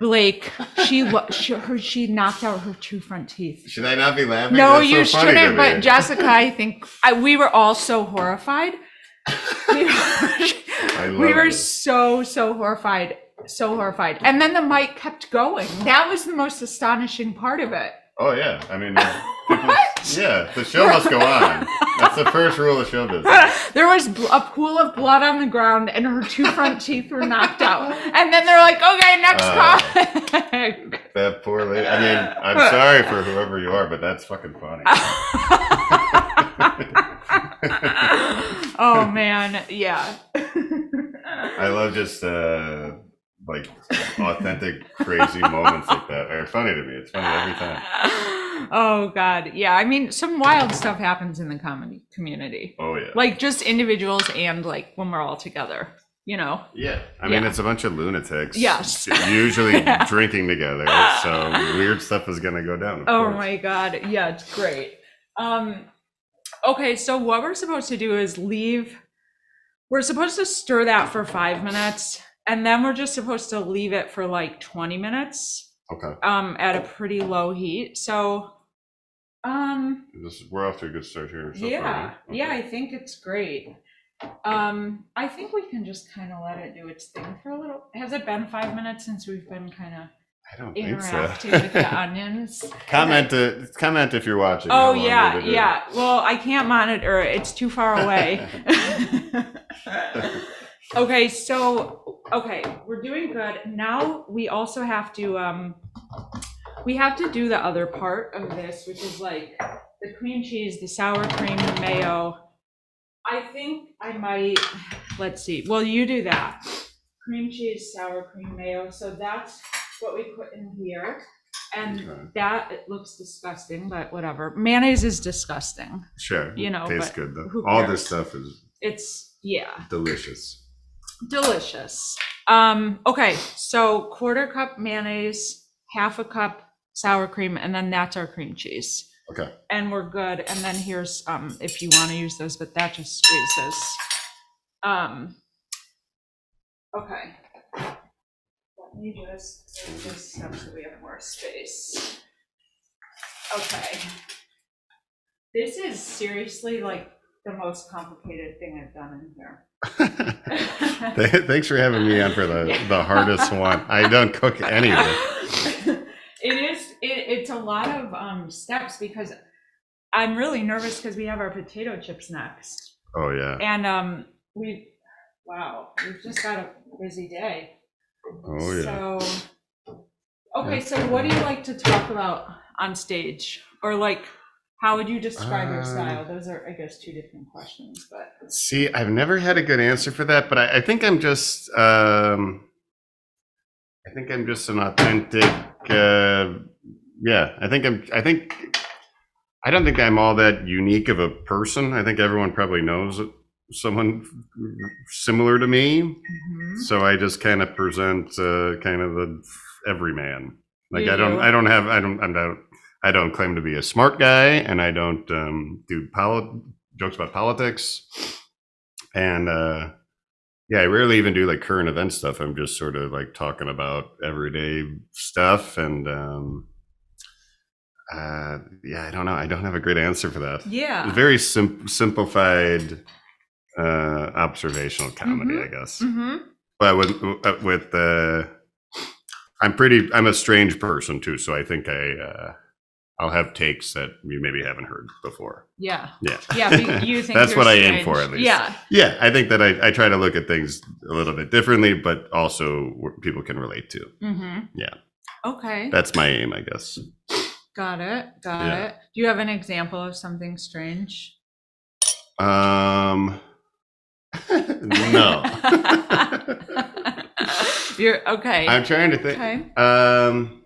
Speaker 1: Blake, she lo- [LAUGHS] she, her, she knocked out her two front teeth.
Speaker 2: Should I not be laughing?
Speaker 1: No,
Speaker 2: That's so
Speaker 1: you
Speaker 2: funny to
Speaker 1: shouldn't.
Speaker 2: me.
Speaker 1: But Jessica, I think I, we were all so
Speaker 2: [LAUGHS]
Speaker 1: horrified. We
Speaker 2: I
Speaker 1: were, [LAUGHS]
Speaker 2: love
Speaker 1: we were
Speaker 2: this.
Speaker 1: so so horrified, so horrified. And then the mic kept going. That was the most astonishing part of it.
Speaker 2: Oh yeah,
Speaker 1: [LAUGHS]
Speaker 2: I mean, people- yeah, the show must go on. That's the first rule of
Speaker 1: [LAUGHS]
Speaker 2: show business.
Speaker 1: There was bl- a pool of blood on the ground, and her two front teeth were knocked out. And then they're like, "Okay, next
Speaker 2: Uh.
Speaker 1: comic."
Speaker 2: That poor lady. I mean, I'm sorry for whoever you are, but that's fucking funny.
Speaker 1: [LAUGHS] oh man, yeah.
Speaker 2: I love just uh, like authentic
Speaker 1: [LAUGHS]
Speaker 2: crazy moments like that are funny to me. It's funny every time.
Speaker 1: oh god yeah i mean some wild stuff happens in the comedy community
Speaker 2: Oh yeah.
Speaker 1: like just individuals and like when we're all together you know
Speaker 2: Yeah. I mean,
Speaker 1: Yeah.
Speaker 2: it's a bunch of lunatics.
Speaker 1: Yes.
Speaker 2: [LAUGHS] Usually
Speaker 1: [LAUGHS]
Speaker 2: drinking together, so weird stuff is gonna go down. of
Speaker 1: oh
Speaker 2: course.
Speaker 1: my god yeah it's great um okay so what we're supposed to do is leave we're supposed to stir that for five minutes and then we're just supposed to leave it for like 20 minutes
Speaker 2: Okay.
Speaker 1: um at a pretty low heat so um
Speaker 2: This, we're off to a good start here. So
Speaker 1: yeah,
Speaker 2: Far, right?
Speaker 1: yeah,
Speaker 2: Okay.
Speaker 1: I think it's great. Um, I think we can just kind of let it do its thing for a little. Has it been five minutes since we've been kind of?
Speaker 2: I don't think so.
Speaker 1: interacting with
Speaker 2: [LAUGHS]
Speaker 1: the onions.
Speaker 2: comment, uh, comment if you're watching. how
Speaker 1: Oh
Speaker 2: long
Speaker 1: yeah,
Speaker 2: did it-
Speaker 1: yeah. Well, I can't monitor; it. it's too far
Speaker 2: [LAUGHS]
Speaker 1: away. [LAUGHS] okay, so okay, we're doing good. Now we also have to um, we have to do the other part of this, which is like the cream cheese, the sour cream, the mayo. I think I might. Let's see. Well, you do that. Cream cheese, sour cream, mayo. So that's what we put in here, and.
Speaker 2: Okay.
Speaker 1: That it looks disgusting, but whatever. Mayonnaise is disgusting.
Speaker 2: Sure.
Speaker 1: You know,
Speaker 2: tastes
Speaker 1: but
Speaker 2: good though.
Speaker 1: who
Speaker 2: All this stuff is
Speaker 1: It's yeah,
Speaker 2: delicious.
Speaker 1: delicious. Um, okay, so quarter cup mayonnaise, half a cup sour cream, and then that's our cream cheese.
Speaker 2: Okay. [LAUGHS]
Speaker 1: And we're good. And then here's um if you want to use those, but that just squeezes. Um okay. Let me just move this up so we have more space. Okay. This is seriously like the most complicated thing I've done in here.
Speaker 2: [LAUGHS] Th- Thanks for having me on for the,
Speaker 1: [LAUGHS]
Speaker 2: the hardest one. I don't cook any of it.
Speaker 1: It is, it, it's a lot of, um, steps because I'm really nervous because we have our potato chips next.
Speaker 2: Oh yeah.
Speaker 1: And, um, we, wow, we've just got a busy day.
Speaker 2: Oh yeah.
Speaker 1: So, okay, so what do you like to talk about on stage? Or like, how would you describe your
Speaker 2: Um,
Speaker 1: style? Those are, I guess, two different questions, but.
Speaker 2: See, I've never had a good answer for that, but I, I think I'm just, um, I think I'm just an authentic. Uh, yeah, I think I'm. I think I don't think I'm all that unique of a person. I think everyone probably knows someone similar to me, Mm-hmm. so I just kind of present uh, kind of the everyman. Like
Speaker 1: You
Speaker 2: I don't,
Speaker 1: do.
Speaker 2: I don't have, I don't, I'm not, I don't claim to be a smart guy, and I don't um, do poli- jokes about politics, and uh, yeah, I rarely even do like current event stuff. I'm just sort of like talking about everyday stuff, and um, uh, yeah, I don't know. I don't have a great answer for that.
Speaker 1: Yeah.
Speaker 2: Very sim- simplified uh, observational comedy, I guess
Speaker 1: Mm-hmm.
Speaker 2: but with uh, with the i'm pretty i'm a strange person too so i think i uh i'll have takes that you maybe haven't heard before
Speaker 1: Yeah.
Speaker 2: yeah
Speaker 1: Yeah. but You think
Speaker 2: that's
Speaker 1: you're
Speaker 2: what i aim for at
Speaker 1: strange.
Speaker 2: least
Speaker 1: Yeah.
Speaker 2: [LAUGHS] yeah i think that I, I try to look at things a little bit differently but also where people can relate to
Speaker 1: Mm-hmm.
Speaker 2: Yeah.
Speaker 1: Okay.
Speaker 2: that's my aim i guess
Speaker 1: got it. Got
Speaker 2: Yeah.
Speaker 1: it. Do you have an example of something strange?
Speaker 2: um [LAUGHS] no
Speaker 1: [LAUGHS]
Speaker 2: [LAUGHS]
Speaker 1: You're okay.
Speaker 2: i'm trying to think
Speaker 1: okay.
Speaker 2: Um,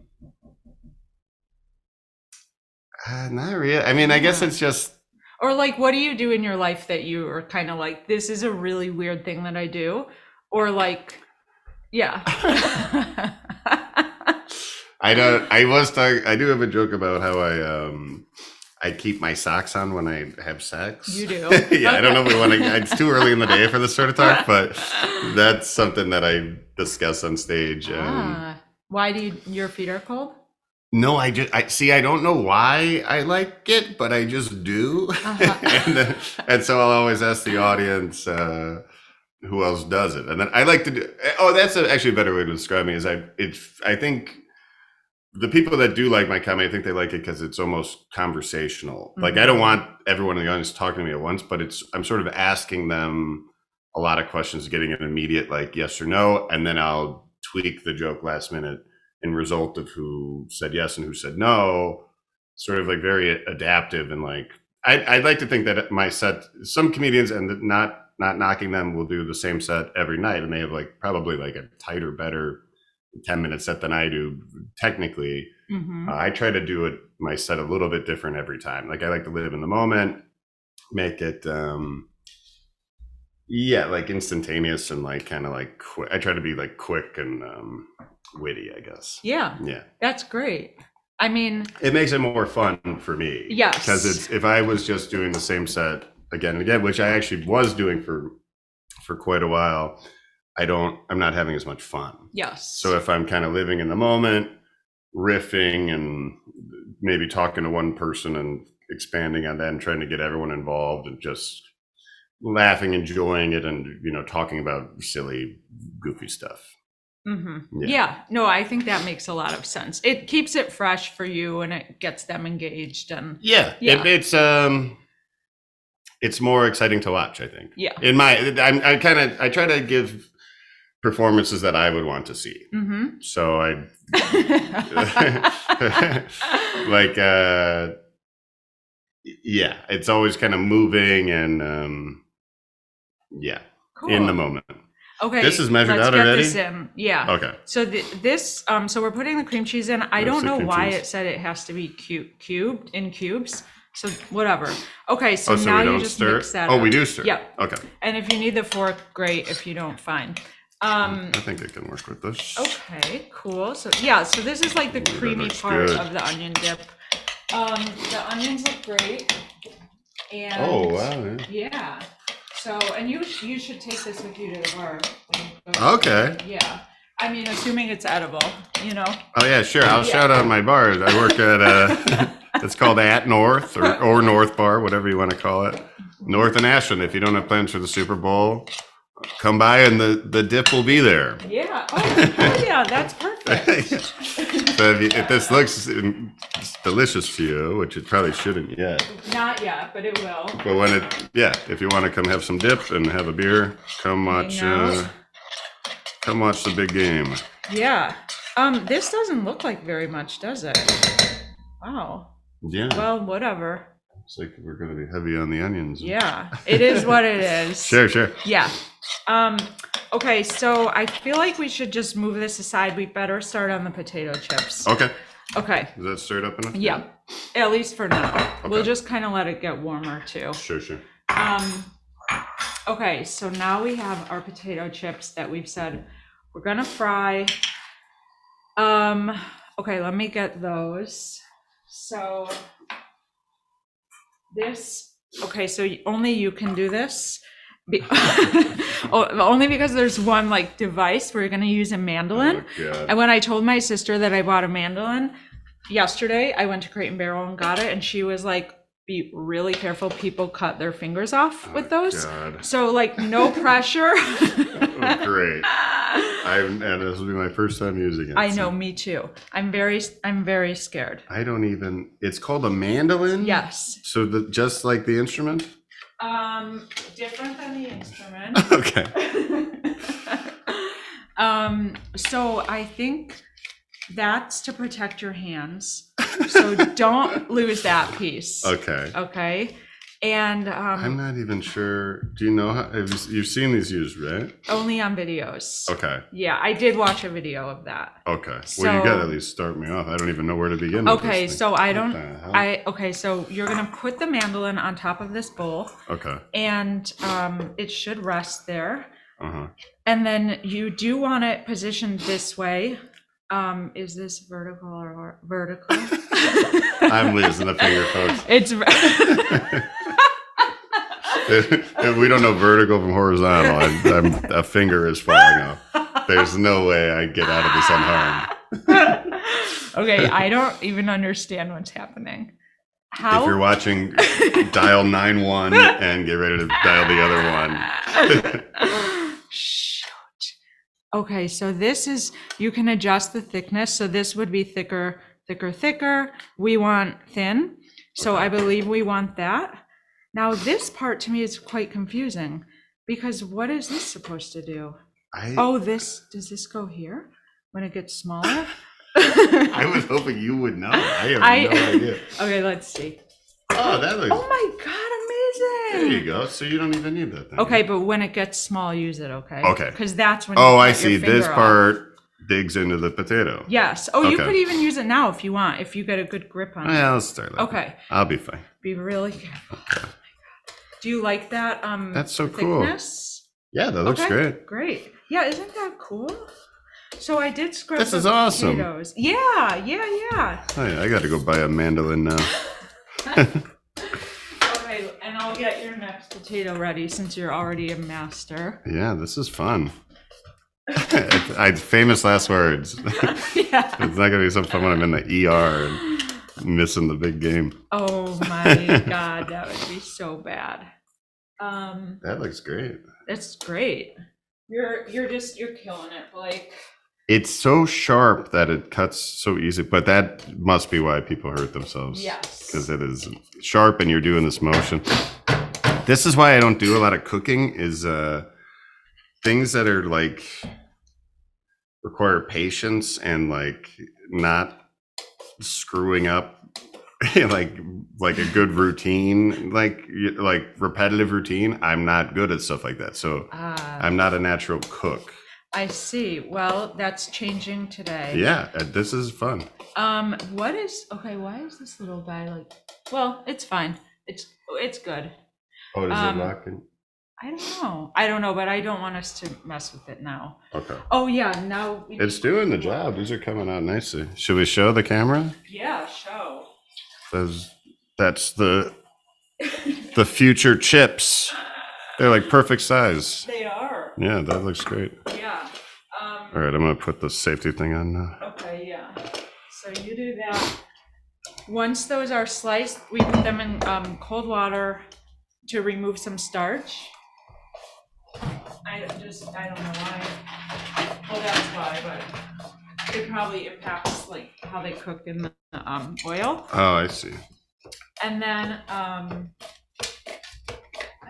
Speaker 2: uh, not really. I mean, I guess
Speaker 1: Yeah.
Speaker 2: it's just
Speaker 1: Or like, what do you do in your life that you are kind of like, this is a really weird thing that I do, or like,
Speaker 2: [LAUGHS]
Speaker 1: yeah.
Speaker 2: I don't. I was talking. I do have a joke about how I um I keep my socks on when I have sex.
Speaker 1: You do.
Speaker 2: [LAUGHS] yeah, I don't know if we want
Speaker 1: [LAUGHS] Okay.
Speaker 2: to. It's too early in the day for this sort
Speaker 1: [LAUGHS]
Speaker 2: of talk, but that's something that I discuss on stage. And
Speaker 1: Ah, why do you, your feet are cold?
Speaker 2: no, I just I see. I don't know why I like it, but I just do.
Speaker 1: Uh-huh.
Speaker 2: [LAUGHS] and, then, and so I'll always ask the audience uh, who else does it, and then I like to do. Oh, that's a, actually a better way to describe me. Is I it's I think the people that do like my comedy, I think they like it because it's almost conversational. Like I don't want everyone in the audience talking to me at once, but it's I'm sort of asking them a lot of questions, getting an immediate like yes or no, and then I'll tweak the joke last minute in result of who said yes and who said no. Sort of like very adaptive and like I'd, I'd like to think that my set, some comedians and not not knocking them will do the same set every night, and they have like probably like a tighter, better ten minute set than I do. Technically,
Speaker 1: Mhm.
Speaker 2: Uh, I try to do it my set a little bit different every time. Like I like to live in the moment, make it, um yeah, like instantaneous and like kind of like quick. I try to be like quick and um witty, I guess.
Speaker 1: Yeah,
Speaker 2: Yeah,
Speaker 1: that's great. I mean,
Speaker 2: it makes it more fun for me.
Speaker 1: yes.
Speaker 2: because it's if I was just doing the same set again and again, which I actually was doing for for quite a while, I don't I'm not having as much fun.
Speaker 1: Yes.
Speaker 2: So if I'm kind of living in the moment, riffing and maybe talking to one person and expanding on that and trying to get everyone involved and just laughing, enjoying it and you know talking about silly goofy stuff.
Speaker 1: hmm
Speaker 2: Yeah.
Speaker 1: Yeah. no, I think that makes a lot of sense. It keeps it fresh for you and it gets them engaged and
Speaker 2: Yeah,
Speaker 1: Yeah.
Speaker 2: It, it's um, it's more exciting to watch. I think.
Speaker 1: yeah.
Speaker 2: In my, I'm, I kind of, I try to give performances that I would want to see.
Speaker 1: hmm
Speaker 2: [LAUGHS]
Speaker 1: [LAUGHS]
Speaker 2: So I like, uh, y- yeah, it's always kind of moving and um, yeah, in the moment.
Speaker 1: Okay.
Speaker 2: This is measured
Speaker 1: let's
Speaker 2: out
Speaker 1: get
Speaker 2: already?
Speaker 1: This in. Yeah.
Speaker 2: Okay.
Speaker 1: So the, this, um, so we're putting the cream cheese in. I
Speaker 2: That's
Speaker 1: don't
Speaker 2: the
Speaker 1: know
Speaker 2: cream
Speaker 1: why
Speaker 2: cheese.
Speaker 1: it said it has to be cu- cubed in cubes. So whatever. Okay. So,
Speaker 2: Oh, so
Speaker 1: now
Speaker 2: we
Speaker 1: you
Speaker 2: don't
Speaker 1: just
Speaker 2: stir.
Speaker 1: mix that.
Speaker 2: oh,
Speaker 1: up.
Speaker 2: we do stir.
Speaker 1: Yep.
Speaker 2: Okay.
Speaker 1: And if you need the fork, great. If you don't, fine. Um,
Speaker 2: I think I can work with this.
Speaker 1: Okay, cool. So yeah, so this is like the
Speaker 2: Ooh, that
Speaker 1: creamy
Speaker 2: looks
Speaker 1: part
Speaker 2: good.
Speaker 1: of the onion dip. Um, the onions look great. And
Speaker 2: Oh wow. yeah.
Speaker 1: Yeah. So and you sh- you should take this with you to the bar. when you go.
Speaker 2: Okay.
Speaker 1: Yeah. I mean, assuming it's edible, you know.
Speaker 2: Oh yeah, sure. I'll
Speaker 1: Yeah.
Speaker 2: shout out my bars. I work at uh [LAUGHS] it's called At North or, or North Bar, whatever you want to call it. North and Ashland. If you don't have plans for the Super Bowl, come by and the, the dip will be there.
Speaker 1: Yeah. Oh, oh yeah, that's perfect.
Speaker 2: [LAUGHS] So if, you, if this looks mm, delicious to you, which it probably shouldn't yet,
Speaker 1: Not yet, but it will.
Speaker 2: but when it yeah, if you want to come have some dip and have a beer, come watch
Speaker 1: Hang out.
Speaker 2: uh, come watch the big game.
Speaker 1: Yeah. Um, this doesn't look like very much, does it? Wow.
Speaker 2: Yeah,
Speaker 1: Well, whatever.
Speaker 2: it's like we're gonna be heavy on the onions.
Speaker 1: Yeah. It is
Speaker 2: [LAUGHS]
Speaker 1: what it is.
Speaker 2: sure, sure.
Speaker 1: Yeah. Um, okay, so I feel like we should just move this aside. We better start on the potato chips.
Speaker 2: Okay,
Speaker 1: Okay.
Speaker 2: is that stirred up enough?
Speaker 1: Yeah. At least for now. We'll
Speaker 2: Okay.
Speaker 1: just kind of let it get warmer too.
Speaker 2: Sure, sure.
Speaker 1: Um, okay, so now we have our potato chips that we've said we're gonna fry. Um, okay, let me get those. So this, okay, so y- only you can do this. Be- [LAUGHS] o- only because there's one like device where you're gonna use a mandolin.
Speaker 2: Oh, God.
Speaker 1: And when I told my sister that I bought a mandolin yesterday, I went to Crate and Barrel and got it, and she was like, "Be really careful. People cut their fingers off with
Speaker 2: Oh,
Speaker 1: those."
Speaker 2: God.
Speaker 1: So like,
Speaker 2: [LAUGHS]
Speaker 1: no pressure.
Speaker 2: Oh,
Speaker 1: [LAUGHS]
Speaker 2: great. I've, and this will be my first time using it.
Speaker 1: I
Speaker 2: so
Speaker 1: know, me too. I'm very, I'm very scared.
Speaker 2: I don't even. It's called a mandolin.
Speaker 1: Yes.
Speaker 2: So the just like the instrument. [LAUGHS]
Speaker 1: Um, different than the instrument.
Speaker 2: Okay.
Speaker 1: [LAUGHS] um, so I think that's to protect your hands. So don't lose that piece.
Speaker 2: [LAUGHS] Okay.
Speaker 1: Okay. And
Speaker 2: I'm
Speaker 1: um,
Speaker 2: not even sure. Do you know how have you, you've seen these used, right?
Speaker 1: only on videos.
Speaker 2: Okay.
Speaker 1: Yeah, I did watch a video of that.
Speaker 2: Okay. well, you
Speaker 1: So-
Speaker 2: got to at least start me off. I don't even know where to begin. with this
Speaker 1: Okay,
Speaker 2: thing.
Speaker 1: so I
Speaker 2: What
Speaker 1: don't.
Speaker 2: the hell?
Speaker 1: I okay, so you're gonna put the mandolin on top of this bowl,
Speaker 2: Okay.
Speaker 1: and um, it should rest there.
Speaker 2: Uh huh.
Speaker 1: And then you do want it positioned this way. Um, is this vertical or hor-
Speaker 2: [LAUGHS]
Speaker 1: vertical?
Speaker 2: I'm losing the finger,
Speaker 1: [LAUGHS]
Speaker 2: folks.
Speaker 1: It's
Speaker 2: [LAUGHS]
Speaker 1: ver-
Speaker 2: If we don't know vertical from horizontal. I'm, I'm, a finger is falling off. There's no way I get out of this unharmed.
Speaker 1: [LAUGHS] okay. I don't even understand what's happening. How?
Speaker 2: If you're watching, dial nine one and get ready to dial the other one.
Speaker 1: [LAUGHS] Shoot. Okay, so this is you can adjust the thickness. So this would be thicker, thicker, thicker. We want thin. So I believe we want that. Now this part to me is quite confusing because what is this supposed to do?
Speaker 2: I,
Speaker 1: Oh, this does this go here when it gets smaller?
Speaker 2: [LAUGHS] I was hoping you would know. I have
Speaker 1: I-
Speaker 2: no idea.
Speaker 1: [LAUGHS] okay, let's see.
Speaker 2: Oh, that looks.
Speaker 1: Oh my god,
Speaker 2: there
Speaker 1: amazing.
Speaker 2: you go. So you don't even need that thing.
Speaker 1: Okay, but when it gets small, use it, okay?
Speaker 2: Okay.
Speaker 1: Because that's when. you
Speaker 2: Oh,
Speaker 1: cut
Speaker 2: I
Speaker 1: your
Speaker 2: see. This
Speaker 1: finger off.
Speaker 2: part digs into the potato.
Speaker 1: Yes. Oh, you
Speaker 2: Okay. Oh,
Speaker 1: could even use it now if you want, if you get a good grip on it.
Speaker 2: Yeah, I'll start. Like
Speaker 1: Okay.
Speaker 2: that. I'll be fine.
Speaker 1: Be really careful. Oh, Do you like that? Um,
Speaker 2: That's so cool.
Speaker 1: thickness?
Speaker 2: Yeah, that looks
Speaker 1: Okay,
Speaker 2: great.
Speaker 1: Great. Yeah, isn't that cool? So I did scrub.
Speaker 2: This
Speaker 1: the
Speaker 2: is awesome.
Speaker 1: Potatoes. Yeah, yeah, yeah.
Speaker 2: Oh, yeah, I got to go buy a mandolin now.
Speaker 1: Okay, and I'll get your next potato ready since you're already a master. [LAUGHS]
Speaker 2: Yeah, this is fun. [LAUGHS] I famous last words. [LAUGHS] it's
Speaker 1: Yeah.
Speaker 2: not gonna be so fun when I'm in the ER and missing the big game.
Speaker 1: Oh my god, that would be so bad. Um.
Speaker 2: That looks great.
Speaker 1: That's great. You're you're just you're killing it, Blake.
Speaker 2: It's so sharp that it cuts so easy, but that must be why people hurt themselves.
Speaker 1: Yes.
Speaker 2: Because it is sharp and you're doing this motion. This is why I don't do a lot of cooking is uh things that are like require patience and like not screwing up [LAUGHS] like like a good routine like y- like repetitive routine i'm not good at stuff like that so
Speaker 1: Ah,
Speaker 2: i'm not a natural cook
Speaker 1: I see. Well, that's changing today.
Speaker 2: yeah uh, this is fun
Speaker 1: Um, what is okay? Why is this little guy like? Well, it's fine. It's it's good.
Speaker 2: oh
Speaker 1: does it Um, lock
Speaker 2: locking
Speaker 1: I don't know. I don't know, but I don't want us to mess with it now.
Speaker 2: okay
Speaker 1: Oh yeah, now we
Speaker 2: it's doing the job these are coming out nicely should we show the camera
Speaker 1: yeah show.
Speaker 2: Those, that's the the future chips they're like perfect size
Speaker 1: They are
Speaker 2: yeah that looks great
Speaker 1: yeah. Um,
Speaker 2: all right i'm gonna put the safety thing on now
Speaker 1: Okay, yeah. So you do that. Once those are sliced, we put them in um, cold water to remove some starch. I don't- just, I don't know why. Well, that's why, but it probably impacts like how they cook in the um, oil.
Speaker 2: oh i see
Speaker 1: And then, um,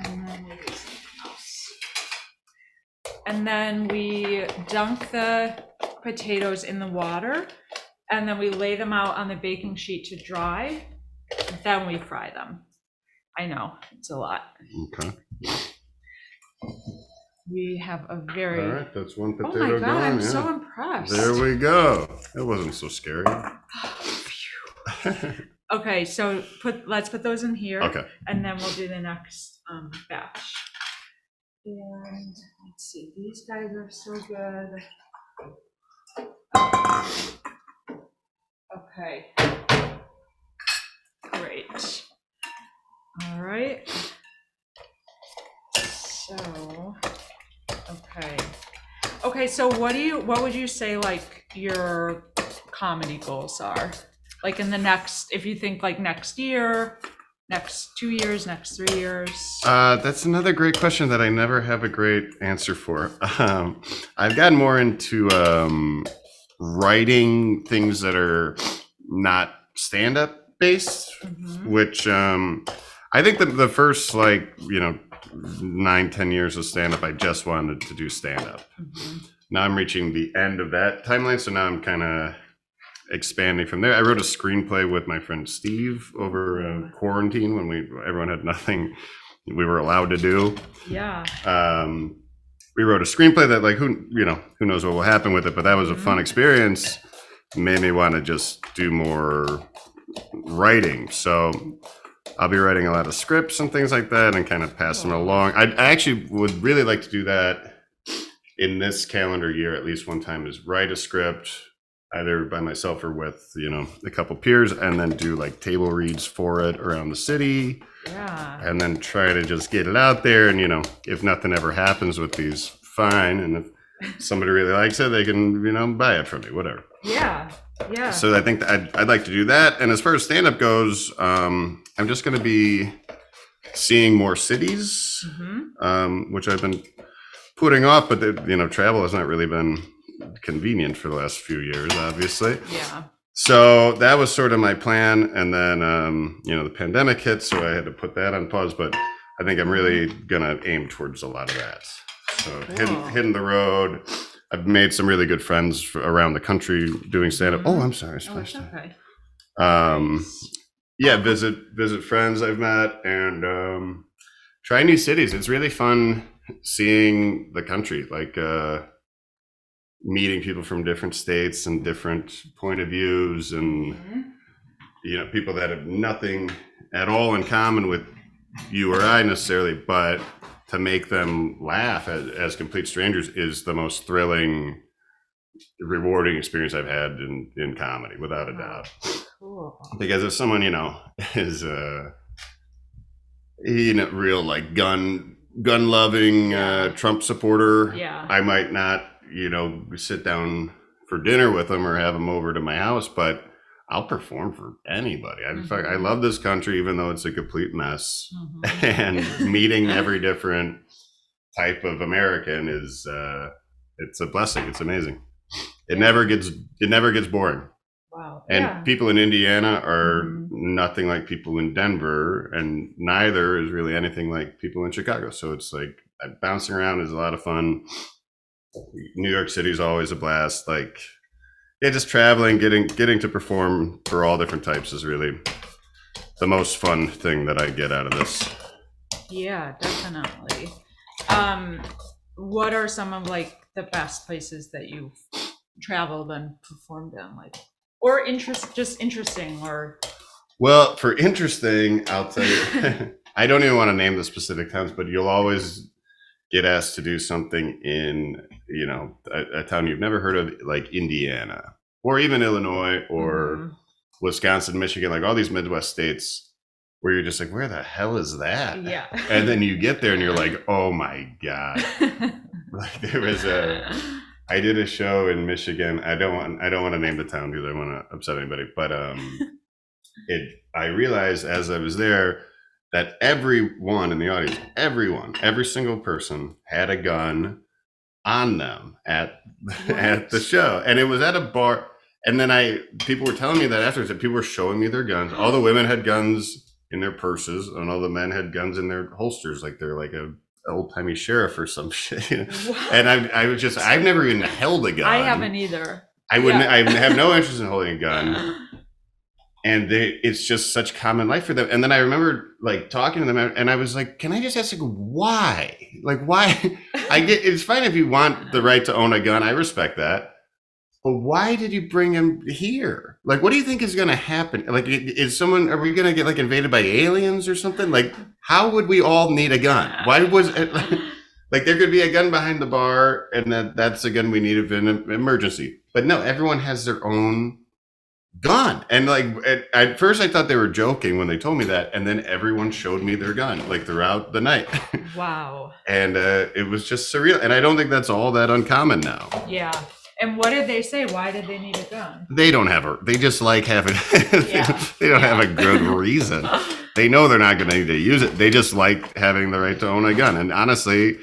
Speaker 1: and then we do something else. And then we dunk the potatoes in the water, and then we lay them out on the baking sheet to dry. Then we fry them. I know it's a lot.
Speaker 2: okay
Speaker 1: We have a
Speaker 2: all
Speaker 1: very
Speaker 2: right that's one
Speaker 1: oh
Speaker 2: potato
Speaker 1: my god!
Speaker 2: gone
Speaker 1: I'm
Speaker 2: yeah.
Speaker 1: so impressed. Oh,
Speaker 2: There we go. That wasn't so scary.
Speaker 1: okay, so put let's put those in here.
Speaker 2: [LAUGHS] Okay.
Speaker 1: and then we'll do the next um, batch. And let's see, these guys are so good. Okay. Great. All right. So, okay. Okay, so what do you, what would you say like your comedy goals are? Like in the next, if you think like next year, next two years, next three years?
Speaker 2: Uh, that's another great question that I never have a great answer for. Um, I've gotten more into um, writing things that are not stand up based,
Speaker 1: Mhm.
Speaker 2: which um, I think the, the first, like, you know, nine, 10 years of stand up, I just wanted to do stand up.
Speaker 1: Mhm.
Speaker 2: now I'm reaching the end of that timeline, so now I'm kind of expanding from there. I wrote a screenplay with my friend Steve over uh, quarantine when we everyone had nothing we were allowed to do.
Speaker 1: Yeah.
Speaker 2: Um, we wrote a screenplay that like who you know who knows what will happen with it, but that was a fun experience. Made me want to just do more writing, so I'll be writing a lot of scripts and things like that, and kind of pass them along. I, I actually would really like to do that in this calendar year at least one time is write a script either by myself or with you know a couple peers and then do like table reads for it around the city
Speaker 1: Yeah.
Speaker 2: and then try to just get it out there. And you know, if nothing ever happens with these, fine. And if somebody really likes it, they can you know buy it from me, whatever.
Speaker 1: Yeah. Yeah.
Speaker 2: So I think that I'd, I'd like to do that. And as far as stand up goes, um, I'm just going to be seeing more cities,
Speaker 1: Mhm.
Speaker 2: um, which I've been putting off. But the, you know, travel has not really been convenient for the last few years, obviously.
Speaker 1: Yeah.
Speaker 2: So that was sort of my plan, and then um, you know the pandemic hit, so I had to put that on pause. But I think I'm really gonna aim towards a lot of that. So
Speaker 1: Cool.
Speaker 2: hitting, hitting the road. I've made some really good friends f around the country doing stand up.
Speaker 1: Mhm.
Speaker 2: Oh, I'm sorry, I
Speaker 1: Oh, it's
Speaker 2: splashed that.
Speaker 1: okay.
Speaker 2: Um, yeah, visit visit friends I've met and um, try new cities. It's really fun seeing the country, like uh, meeting people from different states and different point of views, and
Speaker 1: Mhm.
Speaker 2: you know people that have nothing at all in common with you or I necessarily, but to make them laugh as, as complete strangers is the most thrilling, rewarding experience I've had in, in comedy, without a doubt
Speaker 1: Cool.
Speaker 2: because if someone you know [LAUGHS] is uh you know real like gun gun loving uh trump supporter
Speaker 1: Yeah.
Speaker 2: i might not you know sit down for dinner with them or have them over to my house but i'll perform for anybody I, in fact i
Speaker 1: Mhm.
Speaker 2: love this country even though it's a
Speaker 1: [LAUGHS]
Speaker 2: complete mess
Speaker 1: Mhm.
Speaker 2: and meeting every different type of american is uh it's a blessing it's amazing It never gets it never gets boring.
Speaker 1: Wow.
Speaker 2: And
Speaker 1: yeah.
Speaker 2: people in Indiana are
Speaker 1: Mhm.
Speaker 2: nothing like people in Denver, and neither is really anything like people in Chicago. So it's like uh, bouncing around is a lot of fun. New York City is always a blast. Like, yeah, just traveling, getting getting to perform for all different types is really the most fun thing that I get out of this.
Speaker 1: Yeah, definitely. Um, what are some of like the best places that you've traveled and performed in, like, or interest, just interesting, or
Speaker 2: Well, for interesting, I'll tell you, [LAUGHS] I don't even want to name the specific towns, but you'll always get asked to do something in, you know, a, a town you've never heard of, like Indiana or even Illinois or
Speaker 1: Mhm.
Speaker 2: Wisconsin, Michigan, like all these Midwest states where you're just like, where the hell is that?
Speaker 1: mm-hmm, yeah.
Speaker 2: And then you get there and you're like, oh my God. [LAUGHS]
Speaker 1: [LAUGHS]
Speaker 2: Like there was a, I did a show in Michigan. I don't want I don't want to name the town because I want to upset anybody. But um, it I realized as I was there that everyone in the audience, everyone, every single person had a gun on them at [LAUGHS] at the
Speaker 1: What?
Speaker 2: show, and it was at a bar. And then I people were telling me that afterwards that people were showing me their guns.
Speaker 1: [GASPS]
Speaker 2: All the women had guns in their purses, and all the men had guns in their holsters, like they're like a old timey sheriff or some [LAUGHS] shit. You know?
Speaker 1: Wow.
Speaker 2: And I, I was just, I've never even held a gun.
Speaker 1: I haven't either.
Speaker 2: I wouldn't,
Speaker 1: yeah.
Speaker 2: I have no interest in holding
Speaker 1: [GASPS]
Speaker 2: a gun.
Speaker 1: [LAUGHS]
Speaker 2: And they, it's just such common life for them. And then I remember like talking to them and I was like, can I just ask, like, why? Like, why? I get, it's fine if you want the right to own a gun. I respect that. But why did you bring him here? Like, what do you think is going to happen? Like, i- is someone, are we going to get like invaded by aliens or something? Like, how would we all need a gun? Why was it? [LAUGHS] Like there could be a gun behind the bar, and that that's a gun we need if in an emergency. But no, everyone has their own gun. And like at, at first, I thought they were joking when they told me that, and then everyone showed me their gun like throughout the night, [LAUGHS]
Speaker 1: Wow.
Speaker 2: and uh, it was just surreal. And I don't think that's all that uncommon now.
Speaker 1: Yeah. And what did they say? Why did they need a
Speaker 2: [LAUGHS]
Speaker 1: gun?
Speaker 2: They don't have a. They just like having. [LAUGHS]
Speaker 1: Yeah.
Speaker 2: they don't have a good reason. They know they're not going to need to use it. They just like having the right to own a gun. And honestly,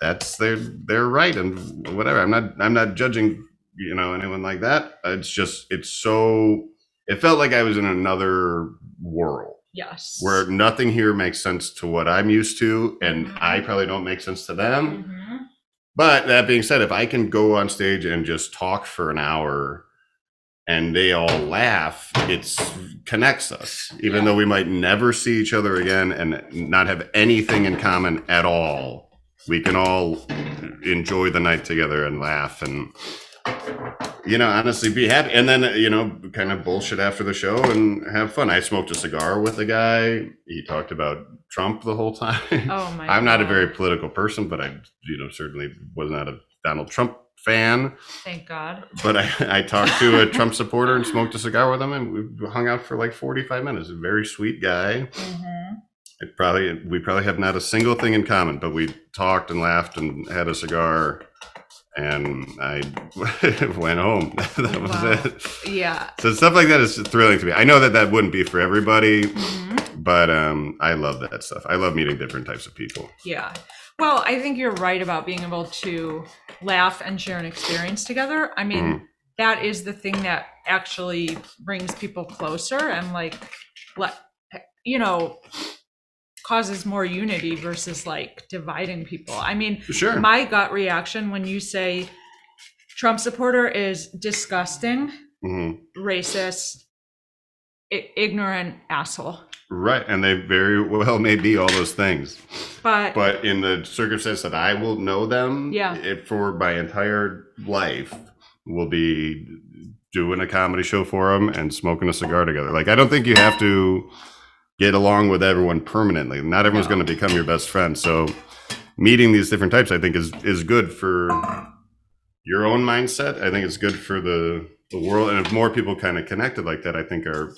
Speaker 2: that's their their right and whatever. I'm not I'm not judging you know anyone like that. It's just it's so. It felt like I was in another world
Speaker 1: Yes.
Speaker 2: where nothing here makes sense to what I'm used to, and
Speaker 1: Mhm.
Speaker 2: I probably don't make sense to them.
Speaker 1: Mhm.
Speaker 2: But that being said, if I can go on stage and just talk for an hour and they all laugh, it connects us, even
Speaker 1: Yeah.
Speaker 2: though we might never see each other again and not have anything in common at all. We can all enjoy the night together and laugh and, you know, honestly be happy. And then, you know, kind of bullshit after the show and have fun. I smoked a cigar with a guy. He talked about Trump the whole time.
Speaker 1: Oh my.
Speaker 2: I'm not a
Speaker 1: God.
Speaker 2: very political person, but I, you know, certainly was not a Donald Trump fan.
Speaker 1: Thank God.
Speaker 2: But I, I talked to a Trump supporter and smoked a cigar with him, and we hung out for like 45 minutes. A very sweet guy. Mm-hmm.
Speaker 1: Mhm.
Speaker 2: It probably we probably have not a single thing in common, but we talked and laughed and had a cigar, and I [LAUGHS] went home. [LAUGHS] that was
Speaker 1: Wow.
Speaker 2: it.
Speaker 1: Yeah.
Speaker 2: So stuff like that is thrilling to me. I know that that wouldn't be for everybody,
Speaker 1: Mhm.
Speaker 2: but um, I love that stuff. I love meeting different types of people.
Speaker 1: Yeah. Well, I think you're right about being able to laugh and share an experience together. I mean,
Speaker 2: Mm.
Speaker 1: that is the thing that actually brings people closer and like let you know causes more unity versus like dividing people. I mean,
Speaker 2: Sure.
Speaker 1: my gut reaction when you say Trump supporter is disgusting,
Speaker 2: Mhm.
Speaker 1: racist, i- ignorant asshole.
Speaker 2: Right, and they very well may be all those things,
Speaker 1: But,
Speaker 2: but in the circumstance that I will know them,
Speaker 1: Yeah.
Speaker 2: it, for my entire life, will be doing a comedy show for them and smoking a cigar together. Like I don't think you have to get along with everyone permanently. Not everyone's
Speaker 1: No.
Speaker 2: going to become your best friend. So meeting these different types, I think, is is good for your own mindset. I think it's good for the the world, and if more people kind of connected like that, I think our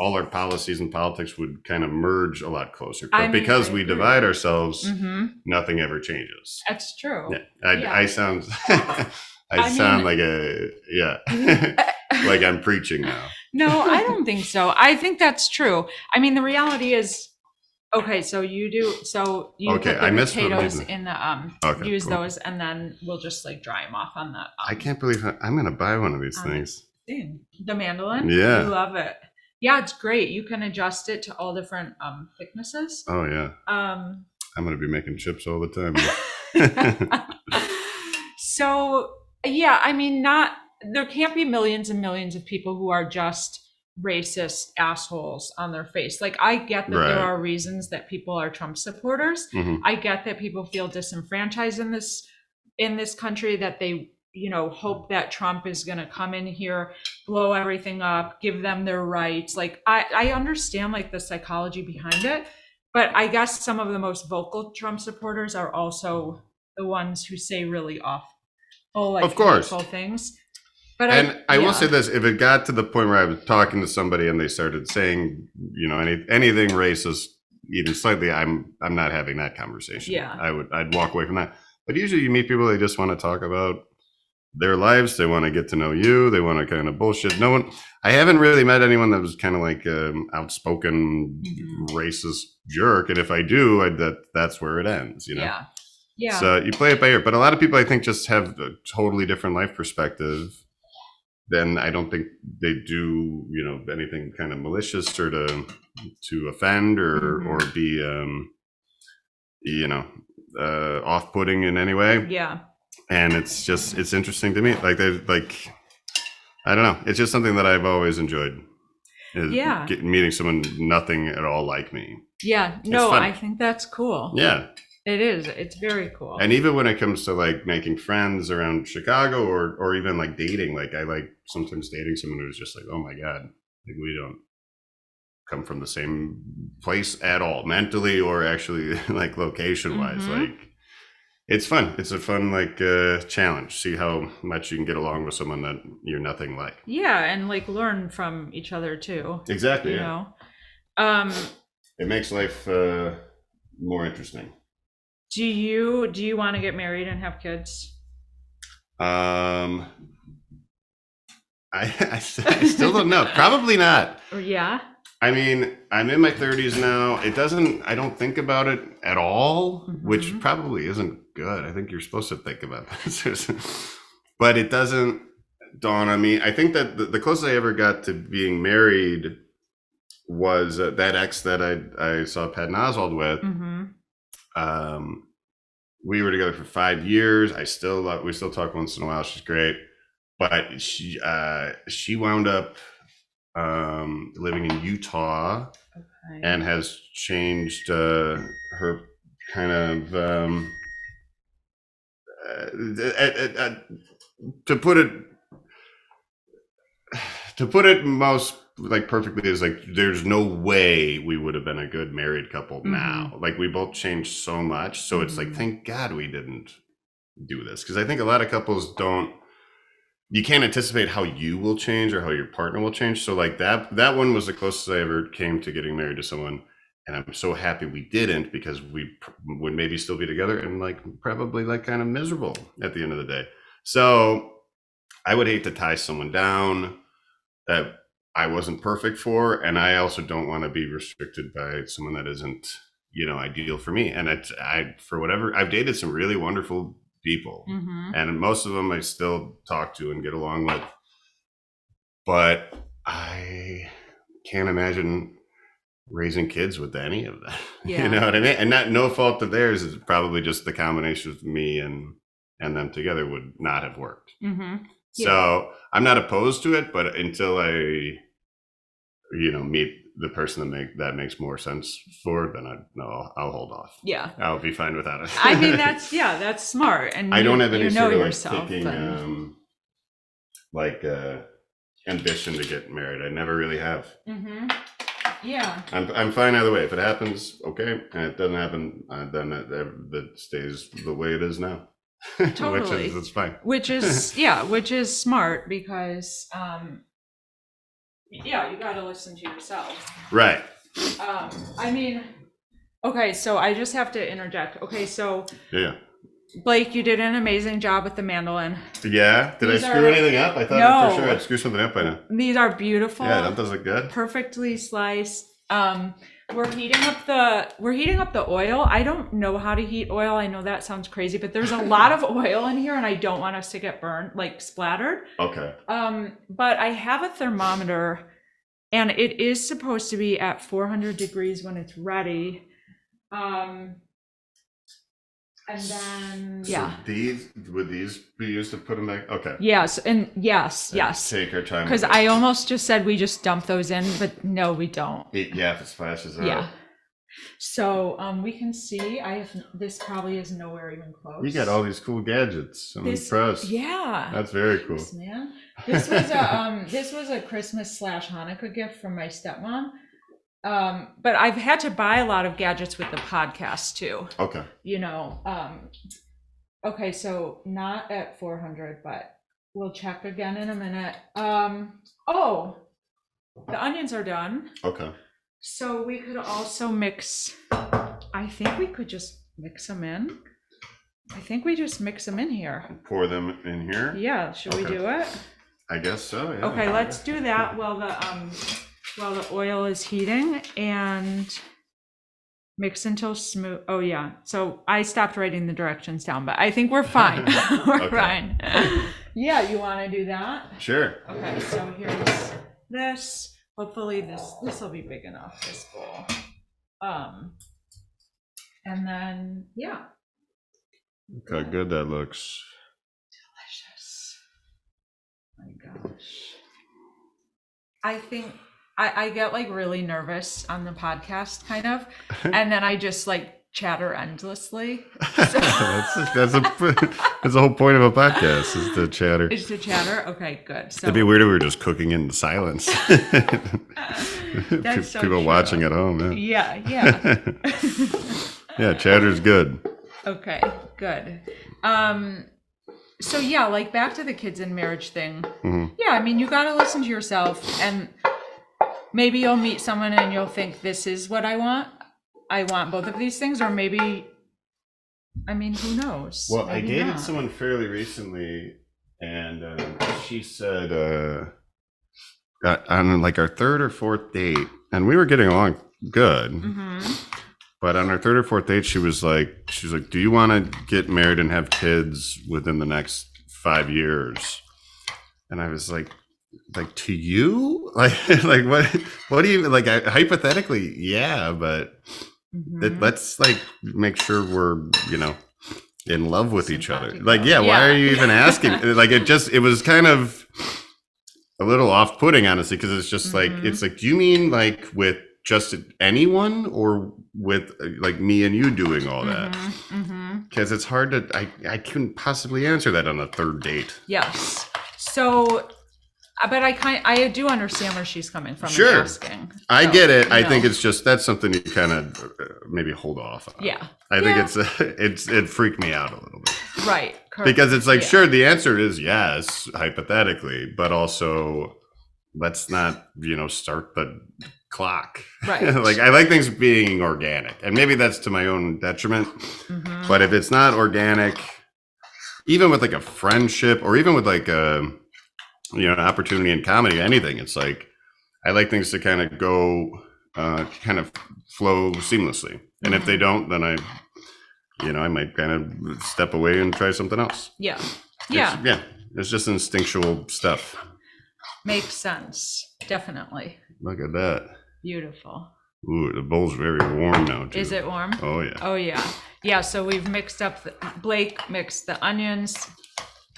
Speaker 2: all our policies and politics would kind of merge a lot closer. But
Speaker 1: I mean,
Speaker 2: because
Speaker 1: I
Speaker 2: we
Speaker 1: agree.
Speaker 2: divide ourselves,
Speaker 1: Mhm,
Speaker 2: nothing ever changes.
Speaker 1: that's true.
Speaker 2: Yeah. I,
Speaker 1: Yeah. [LAUGHS]
Speaker 2: I sound [LAUGHS] I,
Speaker 1: I
Speaker 2: sound like a
Speaker 1: [LAUGHS]
Speaker 2: yeah, [LAUGHS] like I'm preaching now.
Speaker 1: No, I don't think so. I think that's true. I mean, the reality is Okay, so you do, so you
Speaker 2: Okay,
Speaker 1: put
Speaker 2: I
Speaker 1: the
Speaker 2: missed what
Speaker 1: potatoes
Speaker 2: reason.
Speaker 1: in the, um,
Speaker 2: Okay,
Speaker 1: use
Speaker 2: cool.
Speaker 1: those and then we'll just like dry them off on the.
Speaker 2: I
Speaker 1: um,
Speaker 2: can't believe I- I'm gonna buy one of these
Speaker 1: Um,
Speaker 2: things.
Speaker 1: thing. The mandolin?
Speaker 2: Yeah.
Speaker 1: You love it. Yeah, it's great. You can adjust it to all different um, thicknesses.
Speaker 2: Oh yeah,
Speaker 1: Um,
Speaker 2: I'm gonna be making chips all the time.
Speaker 1: [LAUGHS]
Speaker 2: [LAUGHS]
Speaker 1: so yeah, I mean, not there can't be millions and millions of people who are just racist assholes on their face. Like I get that
Speaker 2: Right.
Speaker 1: there are reasons that people are Trump supporters.
Speaker 2: Mhm.
Speaker 1: I get that people feel disenfranchised in this in this country that they you know hope that Trump is going to come in here, blow everything up, give them their rights. Like I I understand like the psychology behind it, but I guess some of the most vocal Trump supporters are also the ones who say really awful like
Speaker 2: Of course.
Speaker 1: hateful things. But
Speaker 2: And I
Speaker 1: yeah.
Speaker 2: will say this: if it got to the point where I was talking to somebody and they started saying, you know, any anything racist, even slightly, I'm I'm not having that conversation.
Speaker 1: Yeah.
Speaker 2: I would I'd walk away from that. But usually, you meet people they just want to talk about their lives. They want to get to know you. They want to kind of bullshit. No one. I haven't really met anyone that was kind of like um, outspoken
Speaker 1: Mhm.
Speaker 2: racist jerk. And if I do, I, that that's where it ends. You know.
Speaker 1: yeah. Yeah.
Speaker 2: So you play it by ear. But a lot of people, I think, just have a totally different life perspective. Then I don't think they do, you know, anything kind of malicious or to to offend or
Speaker 1: Mm-hmm.
Speaker 2: or be, um, you know, uh, off putting in any way.
Speaker 1: yeah.
Speaker 2: And it's just it's interesting to me. Like they like, I don't know. It's just something that I've always enjoyed. is
Speaker 1: Yeah.
Speaker 2: get- meeting someone nothing at all like me.
Speaker 1: Yeah. No,
Speaker 2: fun.
Speaker 1: I think that's cool.
Speaker 2: Yeah.
Speaker 1: It is. It's very cool.
Speaker 2: And even when it comes to like making friends around Chicago or or even like dating, like I like sometimes dating someone who's just like, oh my god, like we don't come from the same place at all, mentally or actually [LAUGHS] like location wise.
Speaker 1: Mhm.
Speaker 2: Like it's fun. It's a fun like uh, challenge. See how much you can get along with someone that you're nothing like.
Speaker 1: yeah, and like learn from each other too.
Speaker 2: Exactly.
Speaker 1: you
Speaker 2: Yeah.
Speaker 1: know um
Speaker 2: It makes life uh, more interesting.
Speaker 1: do you do you want to get married and have kids
Speaker 2: Um, I, [LAUGHS] I still don't know. Probably not.
Speaker 1: or yeah
Speaker 2: I mean, I'm in my 30s now. It doesn't, I don't think about it at all, which
Speaker 1: Mhm.
Speaker 2: probably isn't good. I think you're supposed to think about [LAUGHS] it. but it doesn't dawn on me. I think that the, the closest I ever got to being married was uh, that ex that I, I saw Pat Oswald with.
Speaker 1: mm-hmm.
Speaker 2: Um, we were together for five years. I still love, we still talk once in a while. She's great, but she uh, she wound up um, living in Utah and has changed uh, her kind of um, uh, uh, uh, uh, to put it to put it most like perfectly is like there's no way we would have been a good married couple now like we both changed so much so it's like
Speaker 1: Mhm.
Speaker 2: thank god we didn't do this because i think a lot of couples don't you can't anticipate how you will change or how your partner will change so like that that one was the closest i ever came to getting married to someone and i'm so happy we didn't because we pr- would maybe still be together and like probably like kind of miserable at the end of the day so i would hate to tie someone down that i wasn't perfect for and i also don't want to be restricted by someone that isn't you know ideal for me and it's i for whatever i've dated some really wonderful people
Speaker 1: mm-hmm.
Speaker 2: and most of them I still talk to and get along with. But I can't imagine raising kids with any of them.
Speaker 1: Yeah.
Speaker 2: [LAUGHS] you know what I mean? And not no fault of theirs. It's probably just the combination of me and and them together would not have worked.
Speaker 1: Mm-hmm.
Speaker 2: So I'm not opposed to it, but until I, you know, meet the person that make that makes more sense for it, then I no, I'll, I'll hold off.
Speaker 1: yeah
Speaker 2: I'll be fine without it.
Speaker 1: i
Speaker 2: [LAUGHS]
Speaker 1: mean that's yeah that's smart and
Speaker 2: I
Speaker 1: you-
Speaker 2: don't have
Speaker 1: you
Speaker 2: any
Speaker 1: know
Speaker 2: sort of
Speaker 1: yourself
Speaker 2: like, kicking,
Speaker 1: and-
Speaker 2: um, like uh, ambition to get married. I never really have.
Speaker 1: Mhm. yeah
Speaker 2: I'm I'm fine either way. If it happens, okay, and if it doesn't happen, uh, then it, that that stays the way it is now. [LAUGHS] Which
Speaker 1: Totally.
Speaker 2: is it's fine.
Speaker 1: which
Speaker 2: [LAUGHS]
Speaker 1: is yeah which is smart because um yeah you got to listen to yourself
Speaker 2: Right.
Speaker 1: um i mean okay so i just have to interject okay so
Speaker 2: Yeah.
Speaker 1: blake you did an amazing job with the mandolin
Speaker 2: Yeah. Did
Speaker 1: These
Speaker 2: I screw
Speaker 1: are-
Speaker 2: anything up? I thought for
Speaker 1: No.
Speaker 2: sure I'd screw something up by now.
Speaker 1: These are beautiful,
Speaker 2: Yeah, that does look good.
Speaker 1: perfectly sliced. Um, We're heating up the we're heating up the oil. I don't know how to heat oil. I know that sounds crazy, but there's a lot of oil in here and I don't want us to get burned like splattered.
Speaker 2: Okay.
Speaker 1: Um, but I have a thermometer and it is supposed to be at 400 degrees when it's ready. Um, and then,
Speaker 2: So
Speaker 1: yeah,
Speaker 2: these would these be used to put them back? Okay.
Speaker 1: yes, and yes, yes.
Speaker 2: Take our time.
Speaker 1: Because
Speaker 2: with
Speaker 1: I
Speaker 2: it.
Speaker 1: almost just said we just dump those in, but no, we don't.
Speaker 2: It- yeah, if it splashes out.
Speaker 1: Yeah. So um, we can see I have this probably is nowhere even close.
Speaker 2: You got all these cool gadgets. I'm
Speaker 1: This-
Speaker 2: impressed.
Speaker 1: Yeah.
Speaker 2: That's very cool.
Speaker 1: Thanks, man. This was a um, this was a Christmas slash Hanukkah gift from my stepmom. Um, but I've had to buy a lot of gadgets with the podcast too.
Speaker 2: Okay.
Speaker 1: You know. Um, okay, so not at four hundred, but we'll check again in a minute. Um, oh, the onions are done,
Speaker 2: Okay.
Speaker 1: so we could also mix. I think we could just mix them in. I think we just mix them in here.
Speaker 2: Pour them in here.
Speaker 1: Yeah, should we
Speaker 2: Okay.
Speaker 1: do it?
Speaker 2: I guess so. Yeah.
Speaker 1: Okay, let's do that while the, um, while the oil is heating and mix until smooth. Oh, yeah. So I stopped writing the directions down, but I think we're fine. [LAUGHS] We're
Speaker 2: Okay.
Speaker 1: fine. Yeah, you want to do that?
Speaker 2: Sure.
Speaker 1: Okay, so here's this. Hopefully this, this will be big enough, this bowl. Um, and then, yeah,
Speaker 2: Look how good that looks. [LAUGHS]
Speaker 1: Delicious. My gosh. I think I, I get like really nervous on the podcast, kind
Speaker 2: [LAUGHS]
Speaker 1: of, and then I just like chatter endlessly.
Speaker 2: that's
Speaker 1: [LAUGHS]
Speaker 2: that's a that's the whole point of a podcast is to chatter.
Speaker 1: Is to chatter? Okay, good. So [LAUGHS]
Speaker 2: It'd [LAUGHS] be weird if we were just cooking in silence. [LAUGHS] Pe-
Speaker 1: so
Speaker 2: People
Speaker 1: true.
Speaker 2: watching at home.
Speaker 1: yeah, yeah.
Speaker 2: Yeah. [LAUGHS] yeah, chatter's good.
Speaker 1: okay, good. Um, so yeah, like back to the kids in marriage thing.
Speaker 2: Mhm.
Speaker 1: Yeah, I mean, you got to listen to yourself, and maybe you'll meet someone and you'll think, this is what I want. I want both of these things, or maybe, I mean, who knows?
Speaker 2: Well, I
Speaker 1: Maybe
Speaker 2: dated
Speaker 1: not.
Speaker 2: someone fairly recently, and um, she said, uh, uh, on like our third or fourth date, and we were getting along good.
Speaker 1: Mhm.
Speaker 2: But on her third or fourth date, she was like, she was like, "Do you want to get married and have kids within the next five years?" And I was like, "Like to you? [LAUGHS] Like, like what? What do you like? I, hypothetically, yeah, but it,
Speaker 1: Mhm.
Speaker 2: let's like make sure we're you know in love with each other.
Speaker 1: Simpatico.
Speaker 2: Like, yeah, why
Speaker 1: Yeah.
Speaker 2: are you
Speaker 1: [LAUGHS]
Speaker 2: even asking? like, it just it was kind of a little off-putting, honestly, because it's just like
Speaker 1: Mhm.
Speaker 2: it's like, do you mean like with just anyone or with uh, like me and you doing all that?
Speaker 1: Mhm, mhm.
Speaker 2: Because it's hard to I I couldn't possibly answer that on a third date.
Speaker 1: Yes. So, uh, but I kind, I do understand where she's coming from. in
Speaker 2: Sure.
Speaker 1: asking.
Speaker 2: I
Speaker 1: So,
Speaker 2: get it. I
Speaker 1: no.
Speaker 2: think it's just that's something you kind of maybe hold off on.
Speaker 1: Yeah.
Speaker 2: I think
Speaker 1: Yeah.
Speaker 2: it's it's [LAUGHS] it freaked me out a little bit.
Speaker 1: Right. Correct.
Speaker 2: because [LAUGHS] it's like
Speaker 1: Yeah.
Speaker 2: sure the answer is yes hypothetically but also let's not you know start the clock [LAUGHS]
Speaker 1: Right.
Speaker 2: like i like things being organic and maybe that's to my own detriment
Speaker 1: Mhm.
Speaker 2: but if it's not organic even with like a friendship or even with like a you know an opportunity in comedy anything it's like i like things to kind of go uh kind of flow seamlessly and if they
Speaker 1: Mm-hmm.
Speaker 2: don't then i you know i might kind of step away and try something else
Speaker 1: Yeah.
Speaker 2: It's-
Speaker 1: Yeah.
Speaker 2: yeah it's just instinctual stuff
Speaker 1: Makes sense. Definitely.
Speaker 2: look at that
Speaker 1: Beautiful.
Speaker 2: ooh the bowl's very warm now too.
Speaker 1: Is it warm?
Speaker 2: oh yeah
Speaker 1: Oh yeah, yeah. So we've mixed up. The, Blake mixed the onions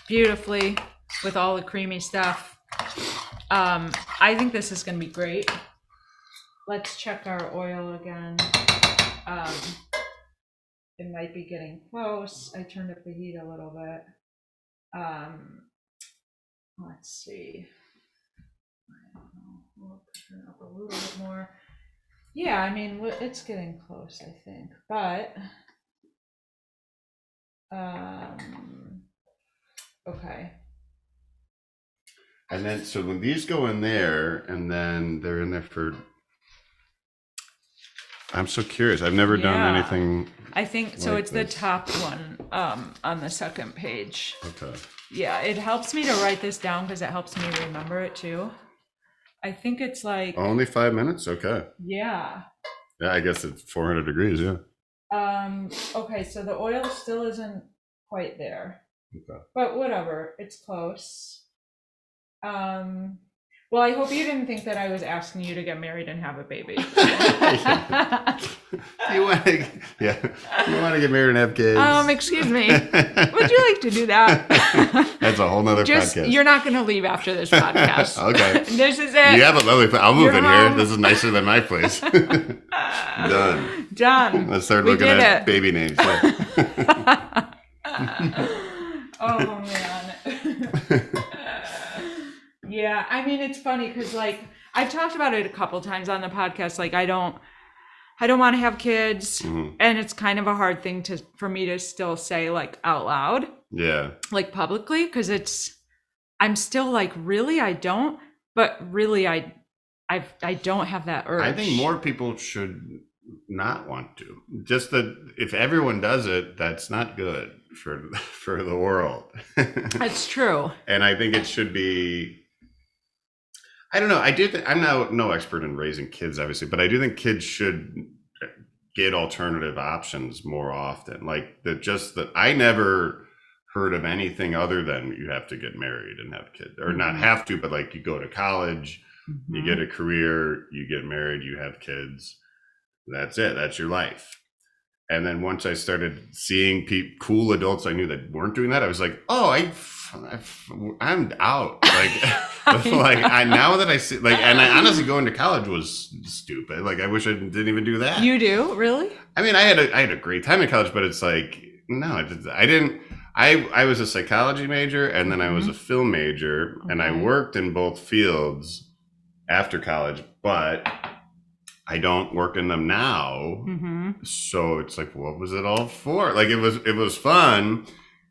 Speaker 1: beautifully with all the creamy stuff. Um, I think this is gonna be great. Let's check our oil again. Um, it might be getting close. I turned up the heat a little bit. Um, let's see. I don't know. We'll turn it up a little bit more. Yeah, I mean, we're- it's getting close, I think, but. Um, okay.
Speaker 2: and then so when these go in there and then they're in there for i'm so curious i've never done
Speaker 1: Yeah.
Speaker 2: anything
Speaker 1: I think, so
Speaker 2: Like
Speaker 1: it's the
Speaker 2: this.
Speaker 1: top one, um, on the second page.
Speaker 2: okay
Speaker 1: Yeah, it helps me to write this down because it helps me
Speaker 2: Oh.
Speaker 1: remember it too. I think it's like,
Speaker 2: only five minutes okay
Speaker 1: yeah,
Speaker 2: Yeah, I guess it's 400 degrees. Yeah. [LAUGHS]
Speaker 1: Um, okay, so the oil still isn't quite there.
Speaker 2: Okay.
Speaker 1: But whatever, it's close. Um, well, I hope you didn't think that I was asking you to get married and have a baby. [LAUGHS]
Speaker 2: you want to, yeah, you want to get married and have kids.
Speaker 1: um,
Speaker 2: [LAUGHS]
Speaker 1: excuse me. Would you like to do that?
Speaker 2: That's a whole nother
Speaker 1: Just
Speaker 2: podcast.
Speaker 1: you're not going to leave after
Speaker 2: [LAUGHS]
Speaker 1: this podcast.
Speaker 2: Okay.
Speaker 1: [LAUGHS] this is it.
Speaker 2: you have a lovely place. I'll move
Speaker 1: You're
Speaker 2: in
Speaker 1: home.
Speaker 2: here. This is nicer than
Speaker 1: [LAUGHS]
Speaker 2: my place. Done.
Speaker 1: Done.
Speaker 2: Let's start
Speaker 1: We
Speaker 2: looking
Speaker 1: did
Speaker 2: at
Speaker 1: it.
Speaker 2: baby names.
Speaker 1: [LAUGHS]
Speaker 2: Yeah.
Speaker 1: oh man. [LAUGHS] yeah, I mean it's funny because like I've talked about it a couple times on the podcast. Like I don't, I don't want to have kids,
Speaker 2: Mhm.
Speaker 1: and it's kind of a hard thing to for me to still say like out loud,
Speaker 2: yeah.
Speaker 1: like publicly, because it's I'm still like really I don't, but really I. I I don't have that urge.
Speaker 2: I think more people should not want to. Just that if everyone does it, that's not good for [LAUGHS] for the world.
Speaker 1: [LAUGHS] That's true.
Speaker 2: and I think it should be. I don't know. I do. Th- I'm now no expert in raising kids, obviously, but I do think kids should get alternative options more often. Like that, just that I never heard of anything other than you have to get married and have kids, or not
Speaker 1: Mhm.
Speaker 2: have to, but like you go to college, you get a career, you get married, you have kids. That's it. That's your life. And then once I started seeing pe- cool adults I knew that weren't doing that, I was like, oh, I, f- I f- I'm out.
Speaker 1: [LAUGHS]
Speaker 2: Like, [LAUGHS]
Speaker 1: Mm-hmm.
Speaker 2: like I now that I see, like, and I honestly going to college was stupid. Like, I wish I didn't even do that.
Speaker 1: [LAUGHS] you do really?
Speaker 2: I mean, I had a, I had a great time in college, but it's like no, I didn't. I, didn't I, I was a psychology major and then I was a film major, and I
Speaker 1: Mm-hmm. Okay.
Speaker 2: worked in both fields after college, but I don't work in them now.
Speaker 1: Mm-hmm. [LAUGHS]
Speaker 2: So it's like, what was it all for? Like it was, it was fun,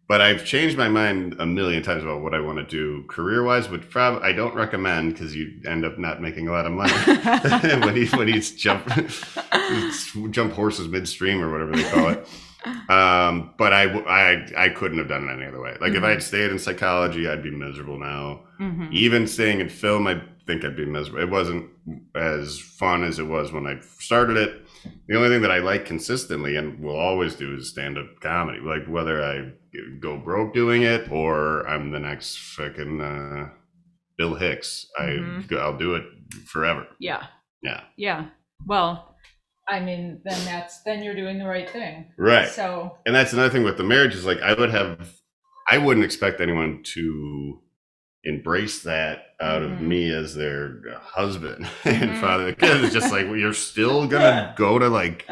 Speaker 2: but I've changed my mind a million times about what I want to do career wise, which probably I don't recommend because you end up not making a lot of money.
Speaker 1: [LAUGHS]
Speaker 2: [LAUGHS] when he when he's jump jump horses midstream or whatever they call it. Um, but I, w- I I couldn't have done it any other way. Like if I had stayed in psychology, I'd be miserable now.
Speaker 1: Mhm.
Speaker 2: Even staying in film, I think I'd be miserable. It wasn't as fun as it was when I started it. The only thing that I like consistently and will always do is stand up comedy. Like whether I go broke doing it or I'm the next fucking uh, Bill Hicks,
Speaker 1: Mhm.
Speaker 2: I I'll do it forever.
Speaker 1: Yeah.
Speaker 2: Yeah.
Speaker 1: Yeah. Well, I mean, then that's then you're doing the right thing.
Speaker 2: Right.
Speaker 1: So
Speaker 2: and that's another thing with the marriage is like I would have I wouldn't expect anyone to embrace that out
Speaker 1: Mhm.
Speaker 2: of me as their husband [LAUGHS]
Speaker 1: Mhm.
Speaker 2: and father because it's just like well, you're still gonna go to like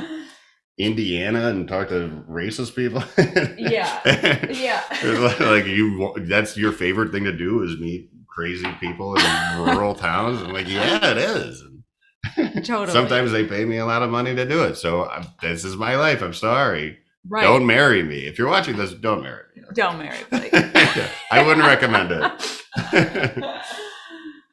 Speaker 2: Indiana and talk to racist people [LAUGHS] yeah [LAUGHS]
Speaker 1: yeah.
Speaker 2: like you wa- that's your favorite thing to do is meet crazy people in rural towns I'm like yeah it is
Speaker 1: [LAUGHS] totally.
Speaker 2: sometimes they pay me a lot of money to do it so I'm, this is my life I'm sorry
Speaker 1: right.
Speaker 2: don't marry me. If you're watching this, don't marry me. [LAUGHS]
Speaker 1: Don't marry Blake.
Speaker 2: I wouldn't recommend it. [LAUGHS]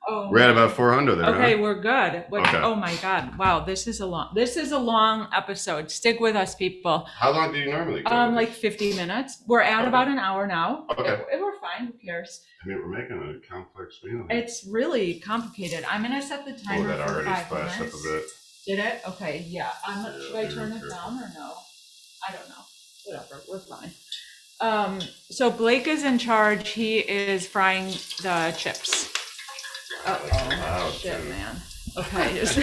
Speaker 1: oh.
Speaker 2: we're at about 400 there.
Speaker 1: Okay,
Speaker 2: Huh?
Speaker 1: we're good. What-
Speaker 2: Okay.
Speaker 1: Oh my God! Wow, this is a long. This is a long episode. Stick with us, people.
Speaker 2: How long do you normally go?
Speaker 1: Um, like 50 minutes. We're at about an hour now.
Speaker 2: Okay.
Speaker 1: If- if we're fine. Who cares?
Speaker 2: I mean, we're making a complex meal. here.
Speaker 1: It's really complicated. I'm gonna set the
Speaker 2: Oh,
Speaker 1: timer
Speaker 2: that
Speaker 1: for
Speaker 2: already
Speaker 1: five
Speaker 2: splashed up
Speaker 1: minutes.
Speaker 2: a bit.
Speaker 1: Did it? Okay, yeah. I'm, should I
Speaker 2: Yeah,
Speaker 1: turn
Speaker 2: sure.
Speaker 1: this down or no? I don't know. Whatever, we're fine. Um, so Blake is in charge. He is frying the chips. Uh-oh,
Speaker 2: Wow,
Speaker 1: shit,
Speaker 2: dude.
Speaker 1: man. Okay, [LAUGHS] just, do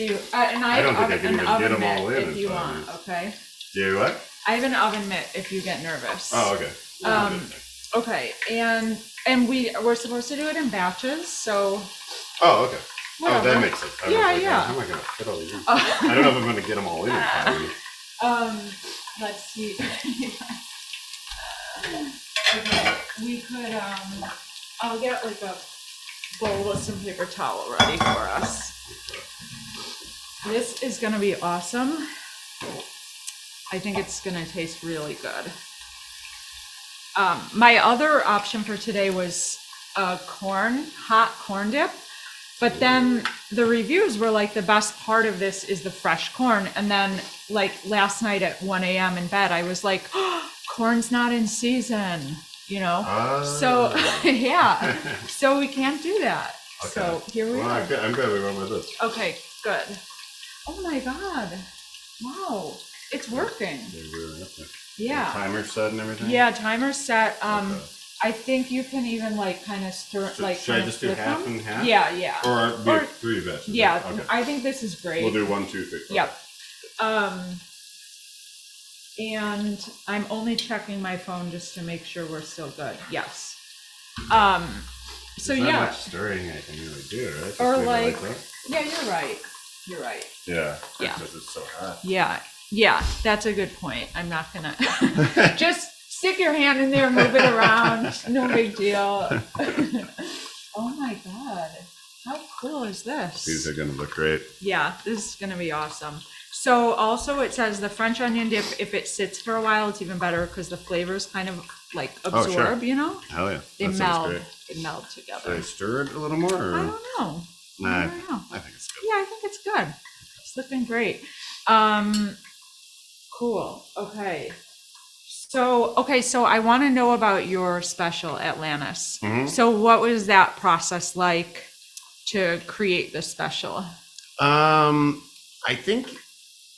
Speaker 1: you, uh, and I
Speaker 2: I don't
Speaker 1: have
Speaker 2: think I
Speaker 1: oven- an
Speaker 2: can even get
Speaker 1: oven
Speaker 2: 'em all
Speaker 1: mitt
Speaker 2: in
Speaker 1: if
Speaker 2: in
Speaker 1: you
Speaker 2: five
Speaker 1: want,
Speaker 2: minutes.
Speaker 1: okay?
Speaker 2: You what?
Speaker 1: I have an oven mitt if you get nervous.
Speaker 2: Oh, okay.
Speaker 1: Um, Okay, and, and we, we're supposed to do it in batches, so
Speaker 2: oh, okay. Oh,
Speaker 1: whatever.
Speaker 2: that
Speaker 1: [LAUGHS]
Speaker 2: makes sense. I was
Speaker 1: Yeah,
Speaker 2: like,
Speaker 1: yeah.
Speaker 2: How am I going to fit all these? in?
Speaker 1: Uh,
Speaker 2: I don't know if I'm going to get them all in. in
Speaker 1: [LAUGHS]
Speaker 2: five minutes.
Speaker 1: Um, let's see. [LAUGHS] okay, we could, um, I'll get like a bowl with some paper towel ready for us. This is gonna be awesome. I think it's gonna taste really good. Um, my other option for today was uh, corn, hot corn dip. But then the reviews were like the best part of this is the fresh corn. And then like last night at 1 a.m. in bed, I was like, [GASPS] corn's not in season, you know?
Speaker 2: Oh.
Speaker 1: so [LAUGHS]
Speaker 2: Ah.
Speaker 1: yeah, so we can't do that. So here we
Speaker 2: Well,
Speaker 1: are.
Speaker 2: I'm good. I'm glad we went with this.
Speaker 1: Okay, good. Oh my God. Wow. It's working.
Speaker 2: They're really up there.
Speaker 1: Yeah.
Speaker 2: Timer set and everything?
Speaker 1: Yeah, timer's set. Um,
Speaker 2: Okay.
Speaker 1: I think you can even like kind of stir,
Speaker 2: Should-
Speaker 1: like.
Speaker 2: Should I
Speaker 1: kinda
Speaker 2: just do
Speaker 1: flip
Speaker 2: half
Speaker 1: them.
Speaker 2: and half?
Speaker 1: Yeah, yeah.
Speaker 2: Or we
Speaker 1: Or-
Speaker 2: have three batches?
Speaker 1: Yeah,
Speaker 2: Okay.
Speaker 1: I think this is great.
Speaker 2: We'll do one, two, three. Okay.
Speaker 1: Yep. Um, and I'm only checking my phone just to make sure we're still good. Yes. Um, so
Speaker 2: There's Not
Speaker 1: yeah,
Speaker 2: much stirring I can really do, right? Just
Speaker 1: Or
Speaker 2: leave it
Speaker 1: like-
Speaker 2: that.
Speaker 1: yeah, you're right. You're right.
Speaker 2: Yeah.
Speaker 1: Yeah.
Speaker 2: Because it's so hot.
Speaker 1: Yeah, yeah, that's a good point. I'm not
Speaker 2: [LAUGHS]
Speaker 1: gonna, [LAUGHS] just stick your hand in there, move it around, no big deal. [LAUGHS] Oh my God, how cool is this?
Speaker 2: These are gonna look great.
Speaker 1: Yeah, this is gonna be awesome. So also it says the French onion dip, if it sits for a while, it's even better because the flavors kind of like
Speaker 2: Oh, sure.
Speaker 1: absorb, you know?
Speaker 2: Hell yeah.
Speaker 1: They
Speaker 2: That sounds
Speaker 1: meld,
Speaker 2: great.
Speaker 1: they meld
Speaker 2: Should I
Speaker 1: together.
Speaker 2: stir it a little more
Speaker 1: I
Speaker 2: or?
Speaker 1: don't know. I
Speaker 2: Nah,
Speaker 1: don't know.
Speaker 2: I think it's good.
Speaker 1: Yeah, I think it's good. It's looking great. Um, cool. Okay. So, okay, so I want to know about your special Atlantis.
Speaker 2: Mhm.
Speaker 1: So what was that process like to create the special?
Speaker 2: Um, I think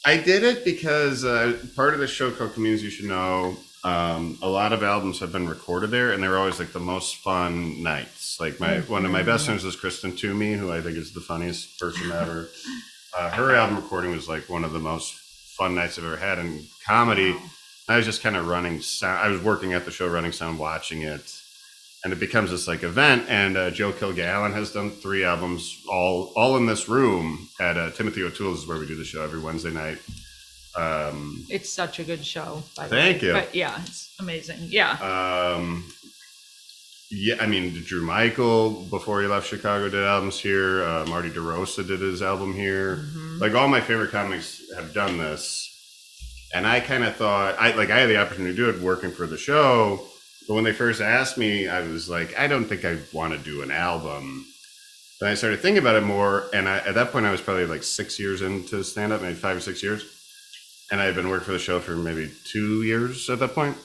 Speaker 2: I did it because uh, part of the show called Communities You Should Know. Um, a lot of albums have been recorded there, and they were always like the most fun nights. Like my one of my best friends is Kristen Toomey, who I think is the funniest person ever. Uh, her album recording was like one of the most fun nights I've ever had in comedy.
Speaker 1: Wow.
Speaker 2: I was just kind of running sound. I was working at the show, running sound, watching it, and it becomes this like event. And uh, Joe Kilgallen has done three albums, all all in this room at uh, Timothy O'Toole's is where we do the show every Wednesday night. Um,
Speaker 1: It's such a good show. By the
Speaker 2: Thank
Speaker 1: way.
Speaker 2: you.
Speaker 1: But yeah, it's amazing. Yeah.
Speaker 2: um, yeah, I mean Drew Michael before he left Chicago did albums here. Uh, Marty DeRosa did his album here.
Speaker 1: Mhm.
Speaker 2: like all my favorite comics have done this and i kind of thought i like i had the opportunity to do it working for the show but when they first asked me i was like i don't think i want to do an album then i started thinking about it more and I, at that point i was probably like six years into stand up maybe five or six years and i had been working for the show for maybe two years at that point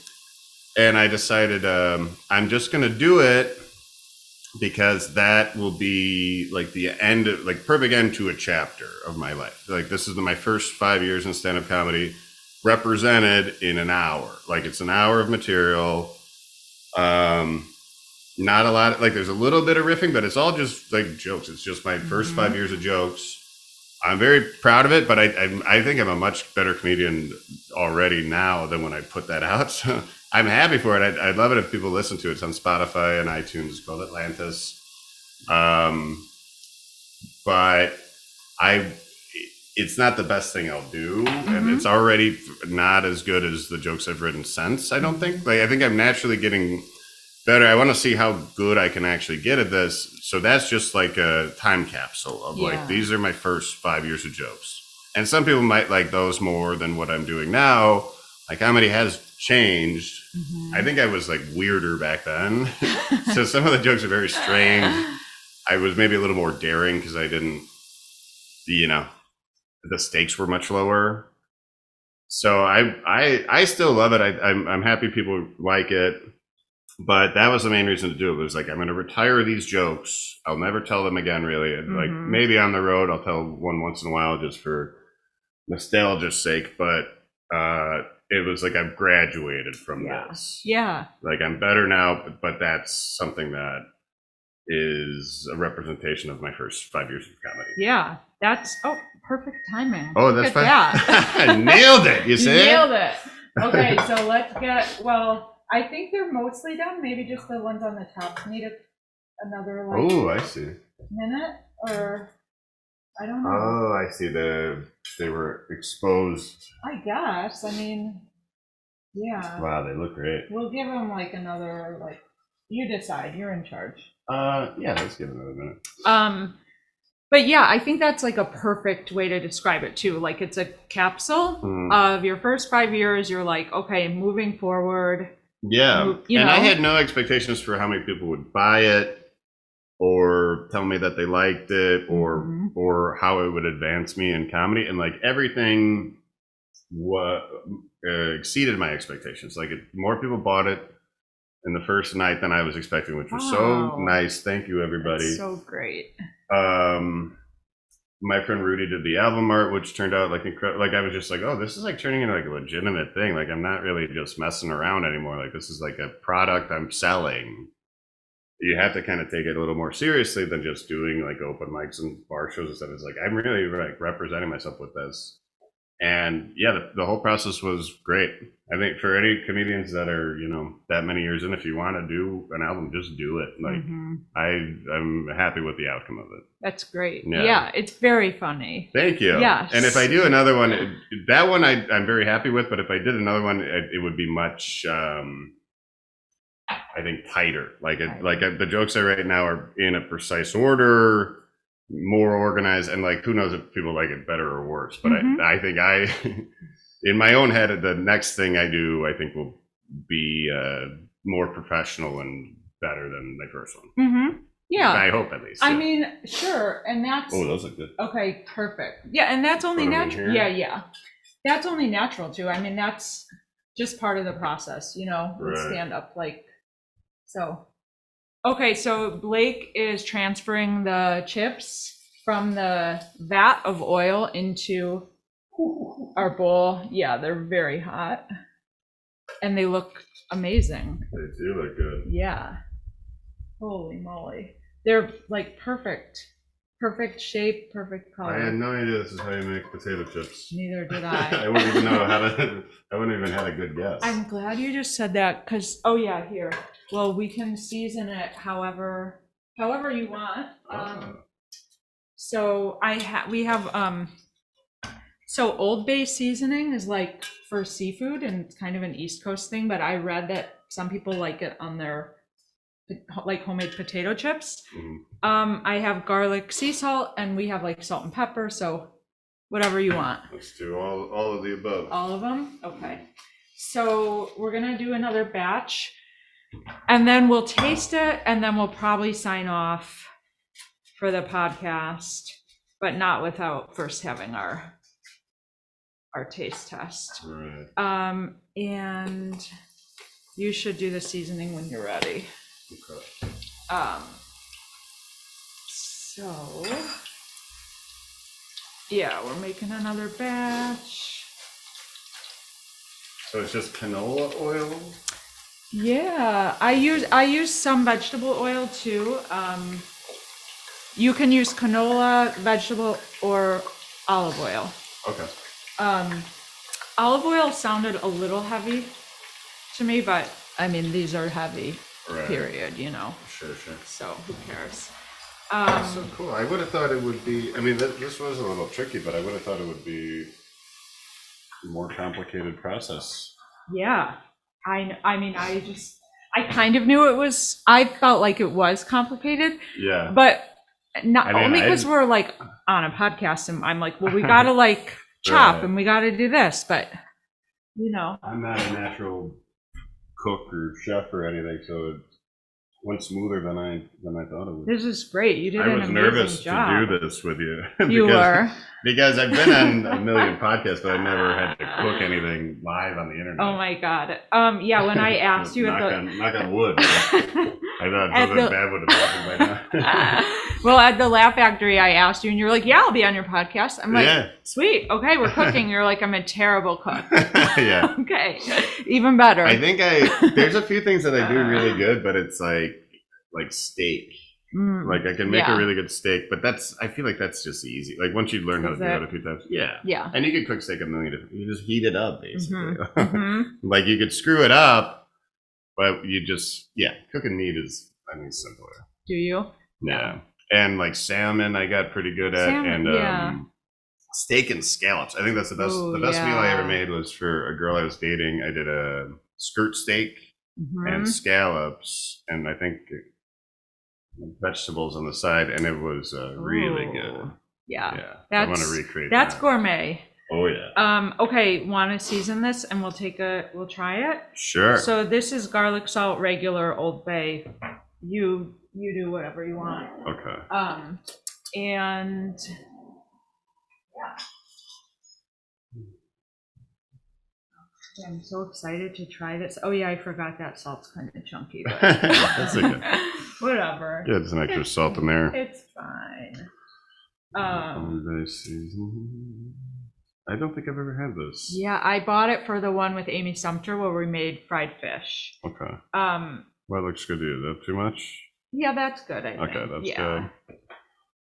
Speaker 2: and i decided um, i'm just going to do it because that will be like the end of like perfect end to a chapter of my life like this is my first five years in stand-up comedy represented in an hour like it's an hour of material um not a lot like there's a little bit of riffing but it's all just like jokes it's just my 1st
Speaker 1: Mhm.
Speaker 2: five years of jokes i'm very proud of it but I, I i think i'm a much better comedian already now than when i put that out [LAUGHS] so I'm happy for it. I'd, I'd love it if people listen to it. It's on Spotify and iTunes. It's called Atlantis. Um, but I, it's not the best thing I'll do, and
Speaker 1: Mhm.
Speaker 2: it's already not as good as the jokes I've written since. I don't think. Like I think I'm naturally getting better. I want to see how good I can actually get at this. So that's just like a time capsule of
Speaker 1: Yeah.
Speaker 2: like these are my first five years of jokes. And some people might like those more than what I'm doing now. My comedy has changed.
Speaker 1: Mm-hmm.
Speaker 2: I think I was like weirder back then. [LAUGHS] so some of the jokes are very strange. I was maybe a little more daring because I didn't, you know, the stakes were much lower. So I I I still love it. I, I'm I'm happy people like it. But that was the main reason to do it. It was like I'm going to retire these jokes. I'll never tell them again, really. And, Like
Speaker 1: Mhm.
Speaker 2: maybe on the road, I'll tell one once in a while just for nostalgia's sake. But uh, it was like I've graduated from
Speaker 1: Yeah.
Speaker 2: this
Speaker 1: [GASPS] Yeah.
Speaker 2: like I'm better now, but, but that's something that is a representation of my first five years of comedy.
Speaker 1: Yeah. That's oh perfect timing.
Speaker 2: Oh,
Speaker 1: Look
Speaker 2: that's fine.
Speaker 1: at
Speaker 2: I [LAUGHS]
Speaker 1: [LAUGHS]
Speaker 2: nailed it. You see?
Speaker 1: Nailed it.
Speaker 2: [LAUGHS]
Speaker 1: Okay, so let's get well, I think they're mostly done. Maybe just the ones on the top need a, another like
Speaker 2: Oh, I see.
Speaker 1: minute or I don't know.
Speaker 2: Oh, I see. The they were exposed.
Speaker 1: I guess. I mean yeah.
Speaker 2: Wow, they look great.
Speaker 1: We'll give them like another like you decide. You're in charge.
Speaker 2: Uh, yeah, let's give it another minute.
Speaker 1: Um, but yeah, I think that's like a perfect way to describe it too. Like it's a capsule
Speaker 2: Hmm.
Speaker 1: of your first five years. You're like, okay, moving forward.
Speaker 2: Yeah,
Speaker 1: you- you
Speaker 2: and I
Speaker 1: know.
Speaker 2: had no expectations for how many people would buy it, or tell me that they liked it, or
Speaker 1: Mhm.
Speaker 2: or how it would advance me in comedy, and like everything wa- uh, exceeded my expectations. Like it, more people bought it in the first night than I was expecting, which was
Speaker 1: Wow.
Speaker 2: so nice. Thank you, everybody.
Speaker 1: That's so great.
Speaker 2: um, my friend Rudy did the album art, which turned out like incredible. Like I was just like, oh, this is like turning into like a legitimate thing. Like I'm not really just messing around anymore. Like this is like a product I'm selling. You have to kind of take it a little more seriously than just doing like open mics and bar shows and stuff. It's like I'm really like representing myself with this. And yeah, the, the whole process was great. I think for any comedians that are you know that many years in, if you want to do an album, just do it. Like
Speaker 1: Mhm.
Speaker 2: I I'm happy with the outcome of it.
Speaker 1: That's great.
Speaker 2: Yeah.
Speaker 1: yeah, it's very funny.
Speaker 2: Thank you.
Speaker 1: Yes.
Speaker 2: And if I do another one, it- that one I, I'm very happy with. But if I did another one, it, it would be much, um, I think, tighter. Like it,
Speaker 1: Right.
Speaker 2: like uh, the jokes I write now are in a precise order, more organized, and like who knows if people like it better or worse. But
Speaker 1: Mhm.
Speaker 2: I, I think I, [LAUGHS] in my own head, the next thing I do, I think will be uh, more professional and better than my first one.
Speaker 1: hmm Yeah.
Speaker 2: I hope at least.
Speaker 1: I
Speaker 2: yeah.
Speaker 1: mean, sure. And that's
Speaker 2: oh, those look good.
Speaker 1: okay, perfect. Yeah. And that's only
Speaker 2: Put 'em in
Speaker 1: natural.
Speaker 2: here.
Speaker 1: Yeah. Yeah. That's only natural too. I mean, that's just part of the process, you know, with
Speaker 2: Right.
Speaker 1: stand up. Like, so. Okay. So Blake is transferring the chips from the vat of oil into our bowl. Yeah. They're very hot and they look amazing.
Speaker 2: They do look good.
Speaker 1: Yeah. Holy moly. They're like perfect. Perfect shape, perfect
Speaker 2: I had
Speaker 1: color.
Speaker 2: no idea this is how you make potato chips. [LAUGHS]
Speaker 1: Neither did
Speaker 2: I
Speaker 1: I.
Speaker 2: wouldn't
Speaker 1: [LAUGHS]
Speaker 2: even know how to. [LAUGHS] I wouldn't even had a good guess.
Speaker 1: I'm glad you just said that because oh yeah, here. Well, we can season it however however you want.
Speaker 2: Ah,
Speaker 1: Um, so I ha- we have um so Old Bay seasoning is like for seafood and it's kind of an East Coast thing, but I read that some people like it on their like homemade potato chips.
Speaker 2: Mhm.
Speaker 1: Um, I have garlic sea salt and we have like salt and pepper, so whatever you want.
Speaker 2: Let's do all all of the above.
Speaker 1: All of them? Okay. So we're gonna do another batch and then we'll taste it and then we'll probably sign off for the podcast, but not without first having our our taste test.
Speaker 2: All right.
Speaker 1: Um, and you should do the seasoning when you're ready.
Speaker 2: Okay.
Speaker 1: Um, so, yeah, we're making another batch.
Speaker 2: So it's just canola oil.
Speaker 1: Yeah, I use I use some vegetable oil too. Um, you can use canola, vegetable, or olive oil.
Speaker 2: Okay.
Speaker 1: Um, olive oil sounded a little heavy to me, but I mean these are heavy.
Speaker 2: Right.
Speaker 1: Period. You know,
Speaker 2: Sure. Sure.
Speaker 1: so who cares?
Speaker 2: That's
Speaker 1: Um,
Speaker 2: so cool. I would have thought it would be. I mean, th- this was a little tricky, but I would have thought it would be a more complicated process.
Speaker 1: Yeah. I, kn- I mean, I just, I kind of knew it was, I felt like it was complicated,
Speaker 2: Yeah.
Speaker 1: but not
Speaker 2: I mean,
Speaker 1: only
Speaker 2: I
Speaker 1: because
Speaker 2: didn't-
Speaker 1: we're like on a podcast and I'm like, well, we
Speaker 2: [LAUGHS]
Speaker 1: got to like chop
Speaker 2: Right.
Speaker 1: and we got to do this, but you know,
Speaker 2: I'm not a natural cook or chef or anything, so it went smoother than I than I thought it would.
Speaker 1: this is great. You did
Speaker 2: I
Speaker 1: an
Speaker 2: was
Speaker 1: amazing
Speaker 2: nervous
Speaker 1: job.
Speaker 2: to do this with you. [LAUGHS]
Speaker 1: You
Speaker 2: because,
Speaker 1: were.
Speaker 2: Because I've been
Speaker 1: [LAUGHS]
Speaker 2: on a million podcasts, but I never had to cook anything live on the internet.
Speaker 1: Oh my God. Um, yeah. When
Speaker 2: [LAUGHS]
Speaker 1: I asked you
Speaker 2: knock
Speaker 1: at
Speaker 2: on, knock
Speaker 1: [LAUGHS]
Speaker 2: on wood. I
Speaker 1: the,
Speaker 2: thought
Speaker 1: At
Speaker 2: something
Speaker 1: the-
Speaker 2: bad would have happened by now.
Speaker 1: well, at the Laugh Factory, I asked you and you're like, yeah, I'll be on your podcast. [LAUGHS]
Speaker 2: [LAUGHS]
Speaker 1: I'm like,
Speaker 2: yeah.
Speaker 1: Sweet. Okay,
Speaker 2: [LAUGHS]
Speaker 1: we're cooking. You're like, I'm a terrible cook.
Speaker 2: yeah.
Speaker 1: Okay, even better.
Speaker 2: I think I there's a few things that I do really
Speaker 1: [LAUGHS]
Speaker 2: good, but it's like like steak.
Speaker 1: Mm,
Speaker 2: Like I can make
Speaker 1: Yeah.
Speaker 2: a really good steak, but that's I feel like that's just easy. Like once you learn how to
Speaker 1: Is
Speaker 2: do
Speaker 1: it?
Speaker 2: it a few times, yeah. [LAUGHS]
Speaker 1: yeah.
Speaker 2: And you can cook steak a million different. You just heat it
Speaker 1: Mm-hmm.
Speaker 2: up basically.
Speaker 1: Mhm.
Speaker 2: like you could screw it up, but you just yeah, cooking meat is I think simpler.
Speaker 1: Do you?
Speaker 2: Yeah, and like salmon, I got pretty good at,
Speaker 1: Salmon,
Speaker 2: and
Speaker 1: yeah.
Speaker 2: um, steak and scallops. I think that's the best.
Speaker 1: Ooh,
Speaker 2: the best meal I ever
Speaker 1: yeah.
Speaker 2: made was for a girl I was dating. I did a skirt steak
Speaker 1: Mhm.
Speaker 2: and scallops, and I think vegetables on the side, and it was uh, really good.
Speaker 1: Ooh. Yeah.
Speaker 2: Yeah, I
Speaker 1: That's-
Speaker 2: want to recreate.
Speaker 1: That's
Speaker 2: that.
Speaker 1: gourmet.
Speaker 2: Oh yeah,
Speaker 1: Um, okay, want to season this and we'll take a we'll try it.
Speaker 2: sure.
Speaker 1: So this is garlic salt, regular Old Bay. You you do whatever you want.
Speaker 2: okay.
Speaker 1: Um, and yeah. I'm so excited to try this. Oh yeah, I forgot that salt's kind of chunky. but-
Speaker 2: [LAUGHS] That's okay.
Speaker 1: [LAUGHS] Whatever.
Speaker 2: Yeah, there's an extra salt in there.
Speaker 1: It's fine. Um,
Speaker 2: I don't think I've ever had this.
Speaker 1: yeah, I bought it for the one with Amy Sumter where we made fried fish.
Speaker 2: Okay.
Speaker 1: Um,
Speaker 2: Well, it looks good to you. Is that too much?
Speaker 1: yeah, that's good. I
Speaker 2: Okay,
Speaker 1: think.
Speaker 2: that's
Speaker 1: yeah.
Speaker 2: good.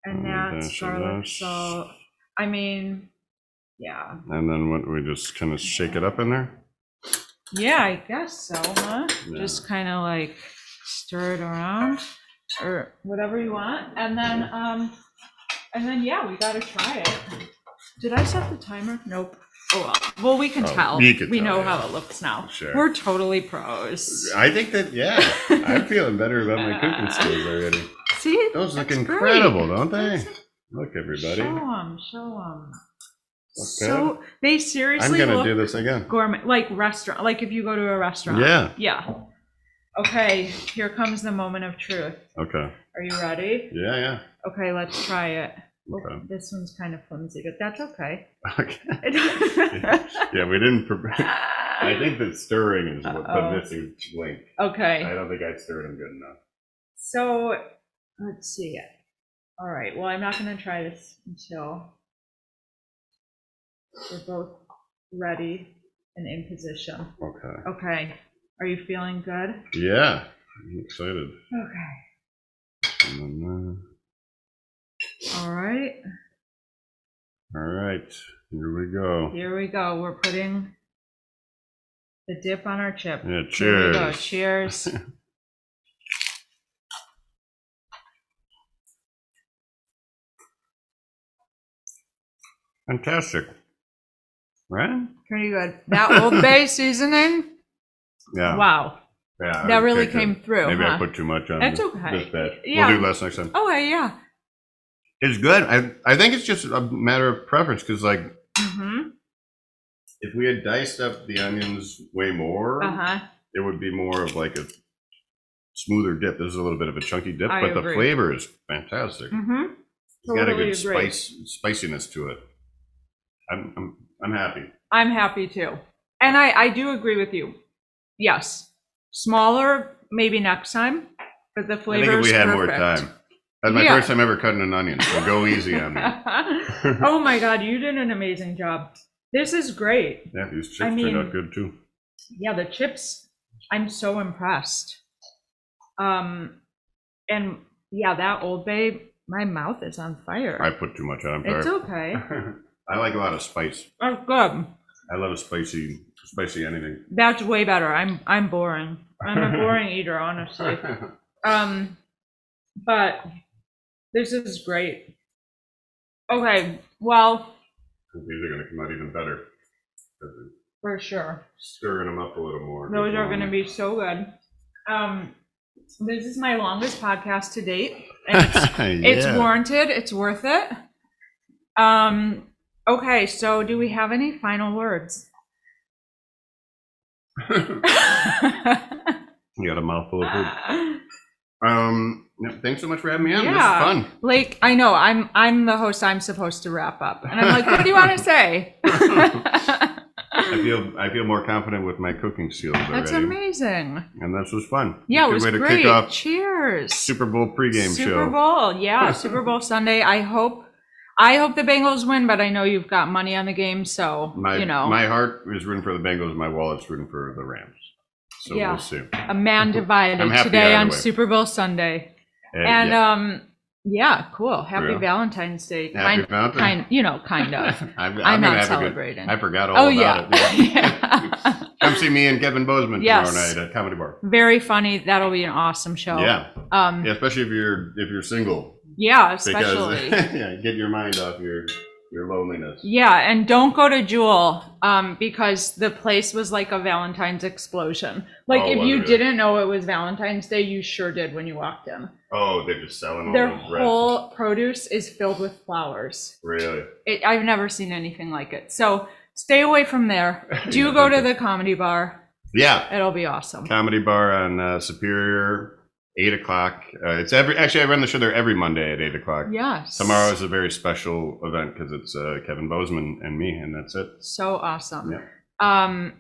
Speaker 1: And
Speaker 2: Mm,
Speaker 1: that's
Speaker 2: dash of
Speaker 1: garlic
Speaker 2: this.
Speaker 1: salt. I mean, yeah,
Speaker 2: And then what, we just kind of shake it up in there?
Speaker 1: yeah, I guess so, huh?
Speaker 2: Yeah.
Speaker 1: Just kind of like stir it around or whatever you want, and then um, and then yeah, we gotta try it. Did I set the timer? Nope. Oh well. Well, we can
Speaker 2: Oh,
Speaker 1: tell.
Speaker 2: you can
Speaker 1: we
Speaker 2: tell,
Speaker 1: know
Speaker 2: yeah.
Speaker 1: how it looks now.
Speaker 2: Sure.
Speaker 1: We're totally pros.
Speaker 2: I think
Speaker 1: [LAUGHS]
Speaker 2: that, yeah. I'm feeling better about my cooking skills already.
Speaker 1: See,
Speaker 2: Those look
Speaker 1: That's great.
Speaker 2: incredible, don't they?
Speaker 1: That's-
Speaker 2: Look, everybody.
Speaker 1: Show them, show them.
Speaker 2: Look
Speaker 1: So they seriously
Speaker 2: I'm going to
Speaker 1: look
Speaker 2: do this again.
Speaker 1: gourmet, like restaurant, like if you go to a restaurant.
Speaker 2: Yeah.
Speaker 1: Yeah. Okay, here comes the moment of truth.
Speaker 2: Okay.
Speaker 1: Are you ready?
Speaker 2: Yeah, yeah. [LAUGHS]
Speaker 1: Okay, let's try it. Oh,
Speaker 2: Okay.
Speaker 1: This one's kind of flimsy, but that's
Speaker 2: [LAUGHS]
Speaker 1: okay.
Speaker 2: Okay. Yeah, we didn't prepare. I think that stirring is what
Speaker 1: Uh-oh.
Speaker 2: the missing link.
Speaker 1: [LAUGHS]
Speaker 2: I
Speaker 1: Okay,
Speaker 2: don't think I stirred them good enough.
Speaker 1: so let's see. All right, well, I'm not gonna try this until we're both ready and in position.
Speaker 2: Okay.
Speaker 1: Okay, are you feeling good?
Speaker 2: Yeah. I'm excited.
Speaker 1: Okay.
Speaker 2: And then,
Speaker 1: All right,
Speaker 2: uh, all right. Here we go.
Speaker 1: here we go. We're putting the dip on our chip. Here
Speaker 2: Yeah,
Speaker 1: we
Speaker 2: cheers.
Speaker 1: go.
Speaker 2: [LAUGHS]
Speaker 1: Cheers.
Speaker 2: Fantastic. Right?
Speaker 1: Pretty good. That Old Bay seasoning.
Speaker 2: Yeah.
Speaker 1: Wow,
Speaker 2: yeah I
Speaker 1: that really
Speaker 2: picked it.
Speaker 1: came through.
Speaker 2: Maybe I
Speaker 1: huh?
Speaker 2: put too much on
Speaker 1: That's
Speaker 2: this,
Speaker 1: okay.
Speaker 2: this batch.
Speaker 1: Yeah.
Speaker 2: We'll do less next time.
Speaker 1: okay, yeah.
Speaker 2: It's good. I, I think it's just a matter of preference because, like,
Speaker 1: Mm-hmm.
Speaker 2: if we had diced up the onions way more,
Speaker 1: Uh huh.
Speaker 2: it would be more of like a smoother dip. This is a little bit of a chunky dip,
Speaker 1: I
Speaker 2: but the
Speaker 1: agree.
Speaker 2: flavor is fantastic.
Speaker 1: Mm-hmm.
Speaker 2: It's got a
Speaker 1: Totally
Speaker 2: good
Speaker 1: agree.
Speaker 2: spice spiciness to it. I'm I'm, I'm happy.
Speaker 1: I'm happy too, and I I do agree with you. Yes, smaller maybe next time, but the
Speaker 2: I think
Speaker 1: flavor
Speaker 2: if
Speaker 1: is
Speaker 2: we had
Speaker 1: perfect.
Speaker 2: more time. That's my
Speaker 1: Yeah.
Speaker 2: first time ever cutting an onion, so go easy
Speaker 1: [LAUGHS]
Speaker 2: on me. [LAUGHS] yeah,
Speaker 1: oh my God, you did an amazing job. This is great.
Speaker 2: these chips
Speaker 1: I
Speaker 2: turned
Speaker 1: mean-
Speaker 2: out good too.
Speaker 1: yeah the chips i'm so impressed um and yeah that old bay my mouth is on fire
Speaker 2: I put too much on. I'm
Speaker 1: it's
Speaker 2: sorry.
Speaker 1: okay
Speaker 2: [LAUGHS] I like a lot of spice.
Speaker 1: that's good
Speaker 2: I love a spicy, spicy anything. [LAUGHS]
Speaker 1: that's way better i'm i'm boring i'm a boring eater honestly um but this is great okay well
Speaker 2: These are going to come out even better.
Speaker 1: for sure
Speaker 2: Stirring them up a little more.
Speaker 1: those are going to
Speaker 2: [LAUGHS]
Speaker 1: be so good um this is my longest podcast to date and it's It's warranted. It's worth it. Um. Okay. So, do we have any final
Speaker 2: [LAUGHS]
Speaker 1: words?
Speaker 2: warm. you got a mouthful of food. Um, no, thanks so much for having me on.
Speaker 1: Yeah.
Speaker 2: This is
Speaker 1: [LAUGHS]
Speaker 2: fun.
Speaker 1: Blake, I know I'm I'm the host. I'm supposed to wrap up, and I'm like, what do you want to say?
Speaker 2: [LAUGHS] I feel I feel more confident with my cooking skills
Speaker 1: That's
Speaker 2: already.
Speaker 1: amazing.
Speaker 2: And this was fun.
Speaker 1: Yeah,
Speaker 2: Good
Speaker 1: it was
Speaker 2: way to
Speaker 1: great.
Speaker 2: kick off
Speaker 1: Cheers.
Speaker 2: Super Bowl pregame
Speaker 1: Super
Speaker 2: show.
Speaker 1: Bowl,
Speaker 2: [LAUGHS]
Speaker 1: yeah, Super Bowl Sunday. I hope, I hope the Bengals win, but I know you've got money on the game, so
Speaker 2: My
Speaker 1: you know.
Speaker 2: my heart is rooting for the Bengals. My wallet's rooting for the Rams. So
Speaker 1: Yeah.
Speaker 2: we'll see.
Speaker 1: a man divided
Speaker 2: I'm happy
Speaker 1: today
Speaker 2: either
Speaker 1: on
Speaker 2: way.
Speaker 1: Super Bowl Sunday.
Speaker 2: Uh,
Speaker 1: And
Speaker 2: yeah.
Speaker 1: um yeah, cool. Happy
Speaker 2: Yeah.
Speaker 1: Valentine's Day.
Speaker 2: happy
Speaker 1: Kind
Speaker 2: Valentine's. [LAUGHS]
Speaker 1: kind you uh, know, kind of.
Speaker 2: I'm, I'm
Speaker 1: I'm
Speaker 2: gonna
Speaker 1: not
Speaker 2: have a good-
Speaker 1: celebrating.
Speaker 2: I forgot all
Speaker 1: oh yeah.
Speaker 2: about
Speaker 1: [LAUGHS]
Speaker 2: it.
Speaker 1: Yeah.
Speaker 2: Come see me and Kevin Bozeman
Speaker 1: Yes.
Speaker 2: tomorrow night at Comedy Bar.
Speaker 1: Very funny. That'll be an awesome show.
Speaker 2: Yeah.
Speaker 1: Um
Speaker 2: yeah,
Speaker 1: yeah,
Speaker 2: especially if you're if you're single,
Speaker 1: especially.
Speaker 2: because [LAUGHS] yeah, get your mind off your your loneliness.
Speaker 1: yeah, and don't go to Jewel um because the place was like a Valentine's explosion. Like
Speaker 2: Oh,
Speaker 1: if
Speaker 2: was
Speaker 1: you
Speaker 2: it?
Speaker 1: didn't know it was Valentine's Day, you sure did when you walked in.
Speaker 2: Oh, they're just selling all
Speaker 1: Their
Speaker 2: the bread.
Speaker 1: whole produce is filled with flowers.
Speaker 2: Really?
Speaker 1: it, I've never seen anything like it. So stay away from
Speaker 2: [LAUGHS]
Speaker 1: there. Do go to the comedy bar.
Speaker 2: Yeah,
Speaker 1: It'll be awesome.
Speaker 2: comedy bar on uh, Superior, eight o'clock. Uh, it's every actually I run the show there every Monday at eight o'clock.
Speaker 1: Yes.
Speaker 2: Tomorrow is a very special event because it's uh, Kevin Bozeman and me, and that's it.
Speaker 1: So awesome. Um,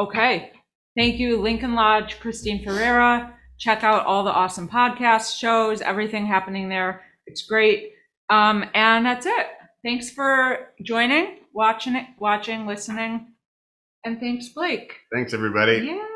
Speaker 1: okay. Thank you, Lincoln Lodge, Christine Ferreira. Check out all the awesome podcasts, shows, everything happening there. It's great. Um, and that's it. Thanks for joining, watching it, watching, listening, and thanks, Blake.
Speaker 2: Thanks, everybody.
Speaker 1: Yeah.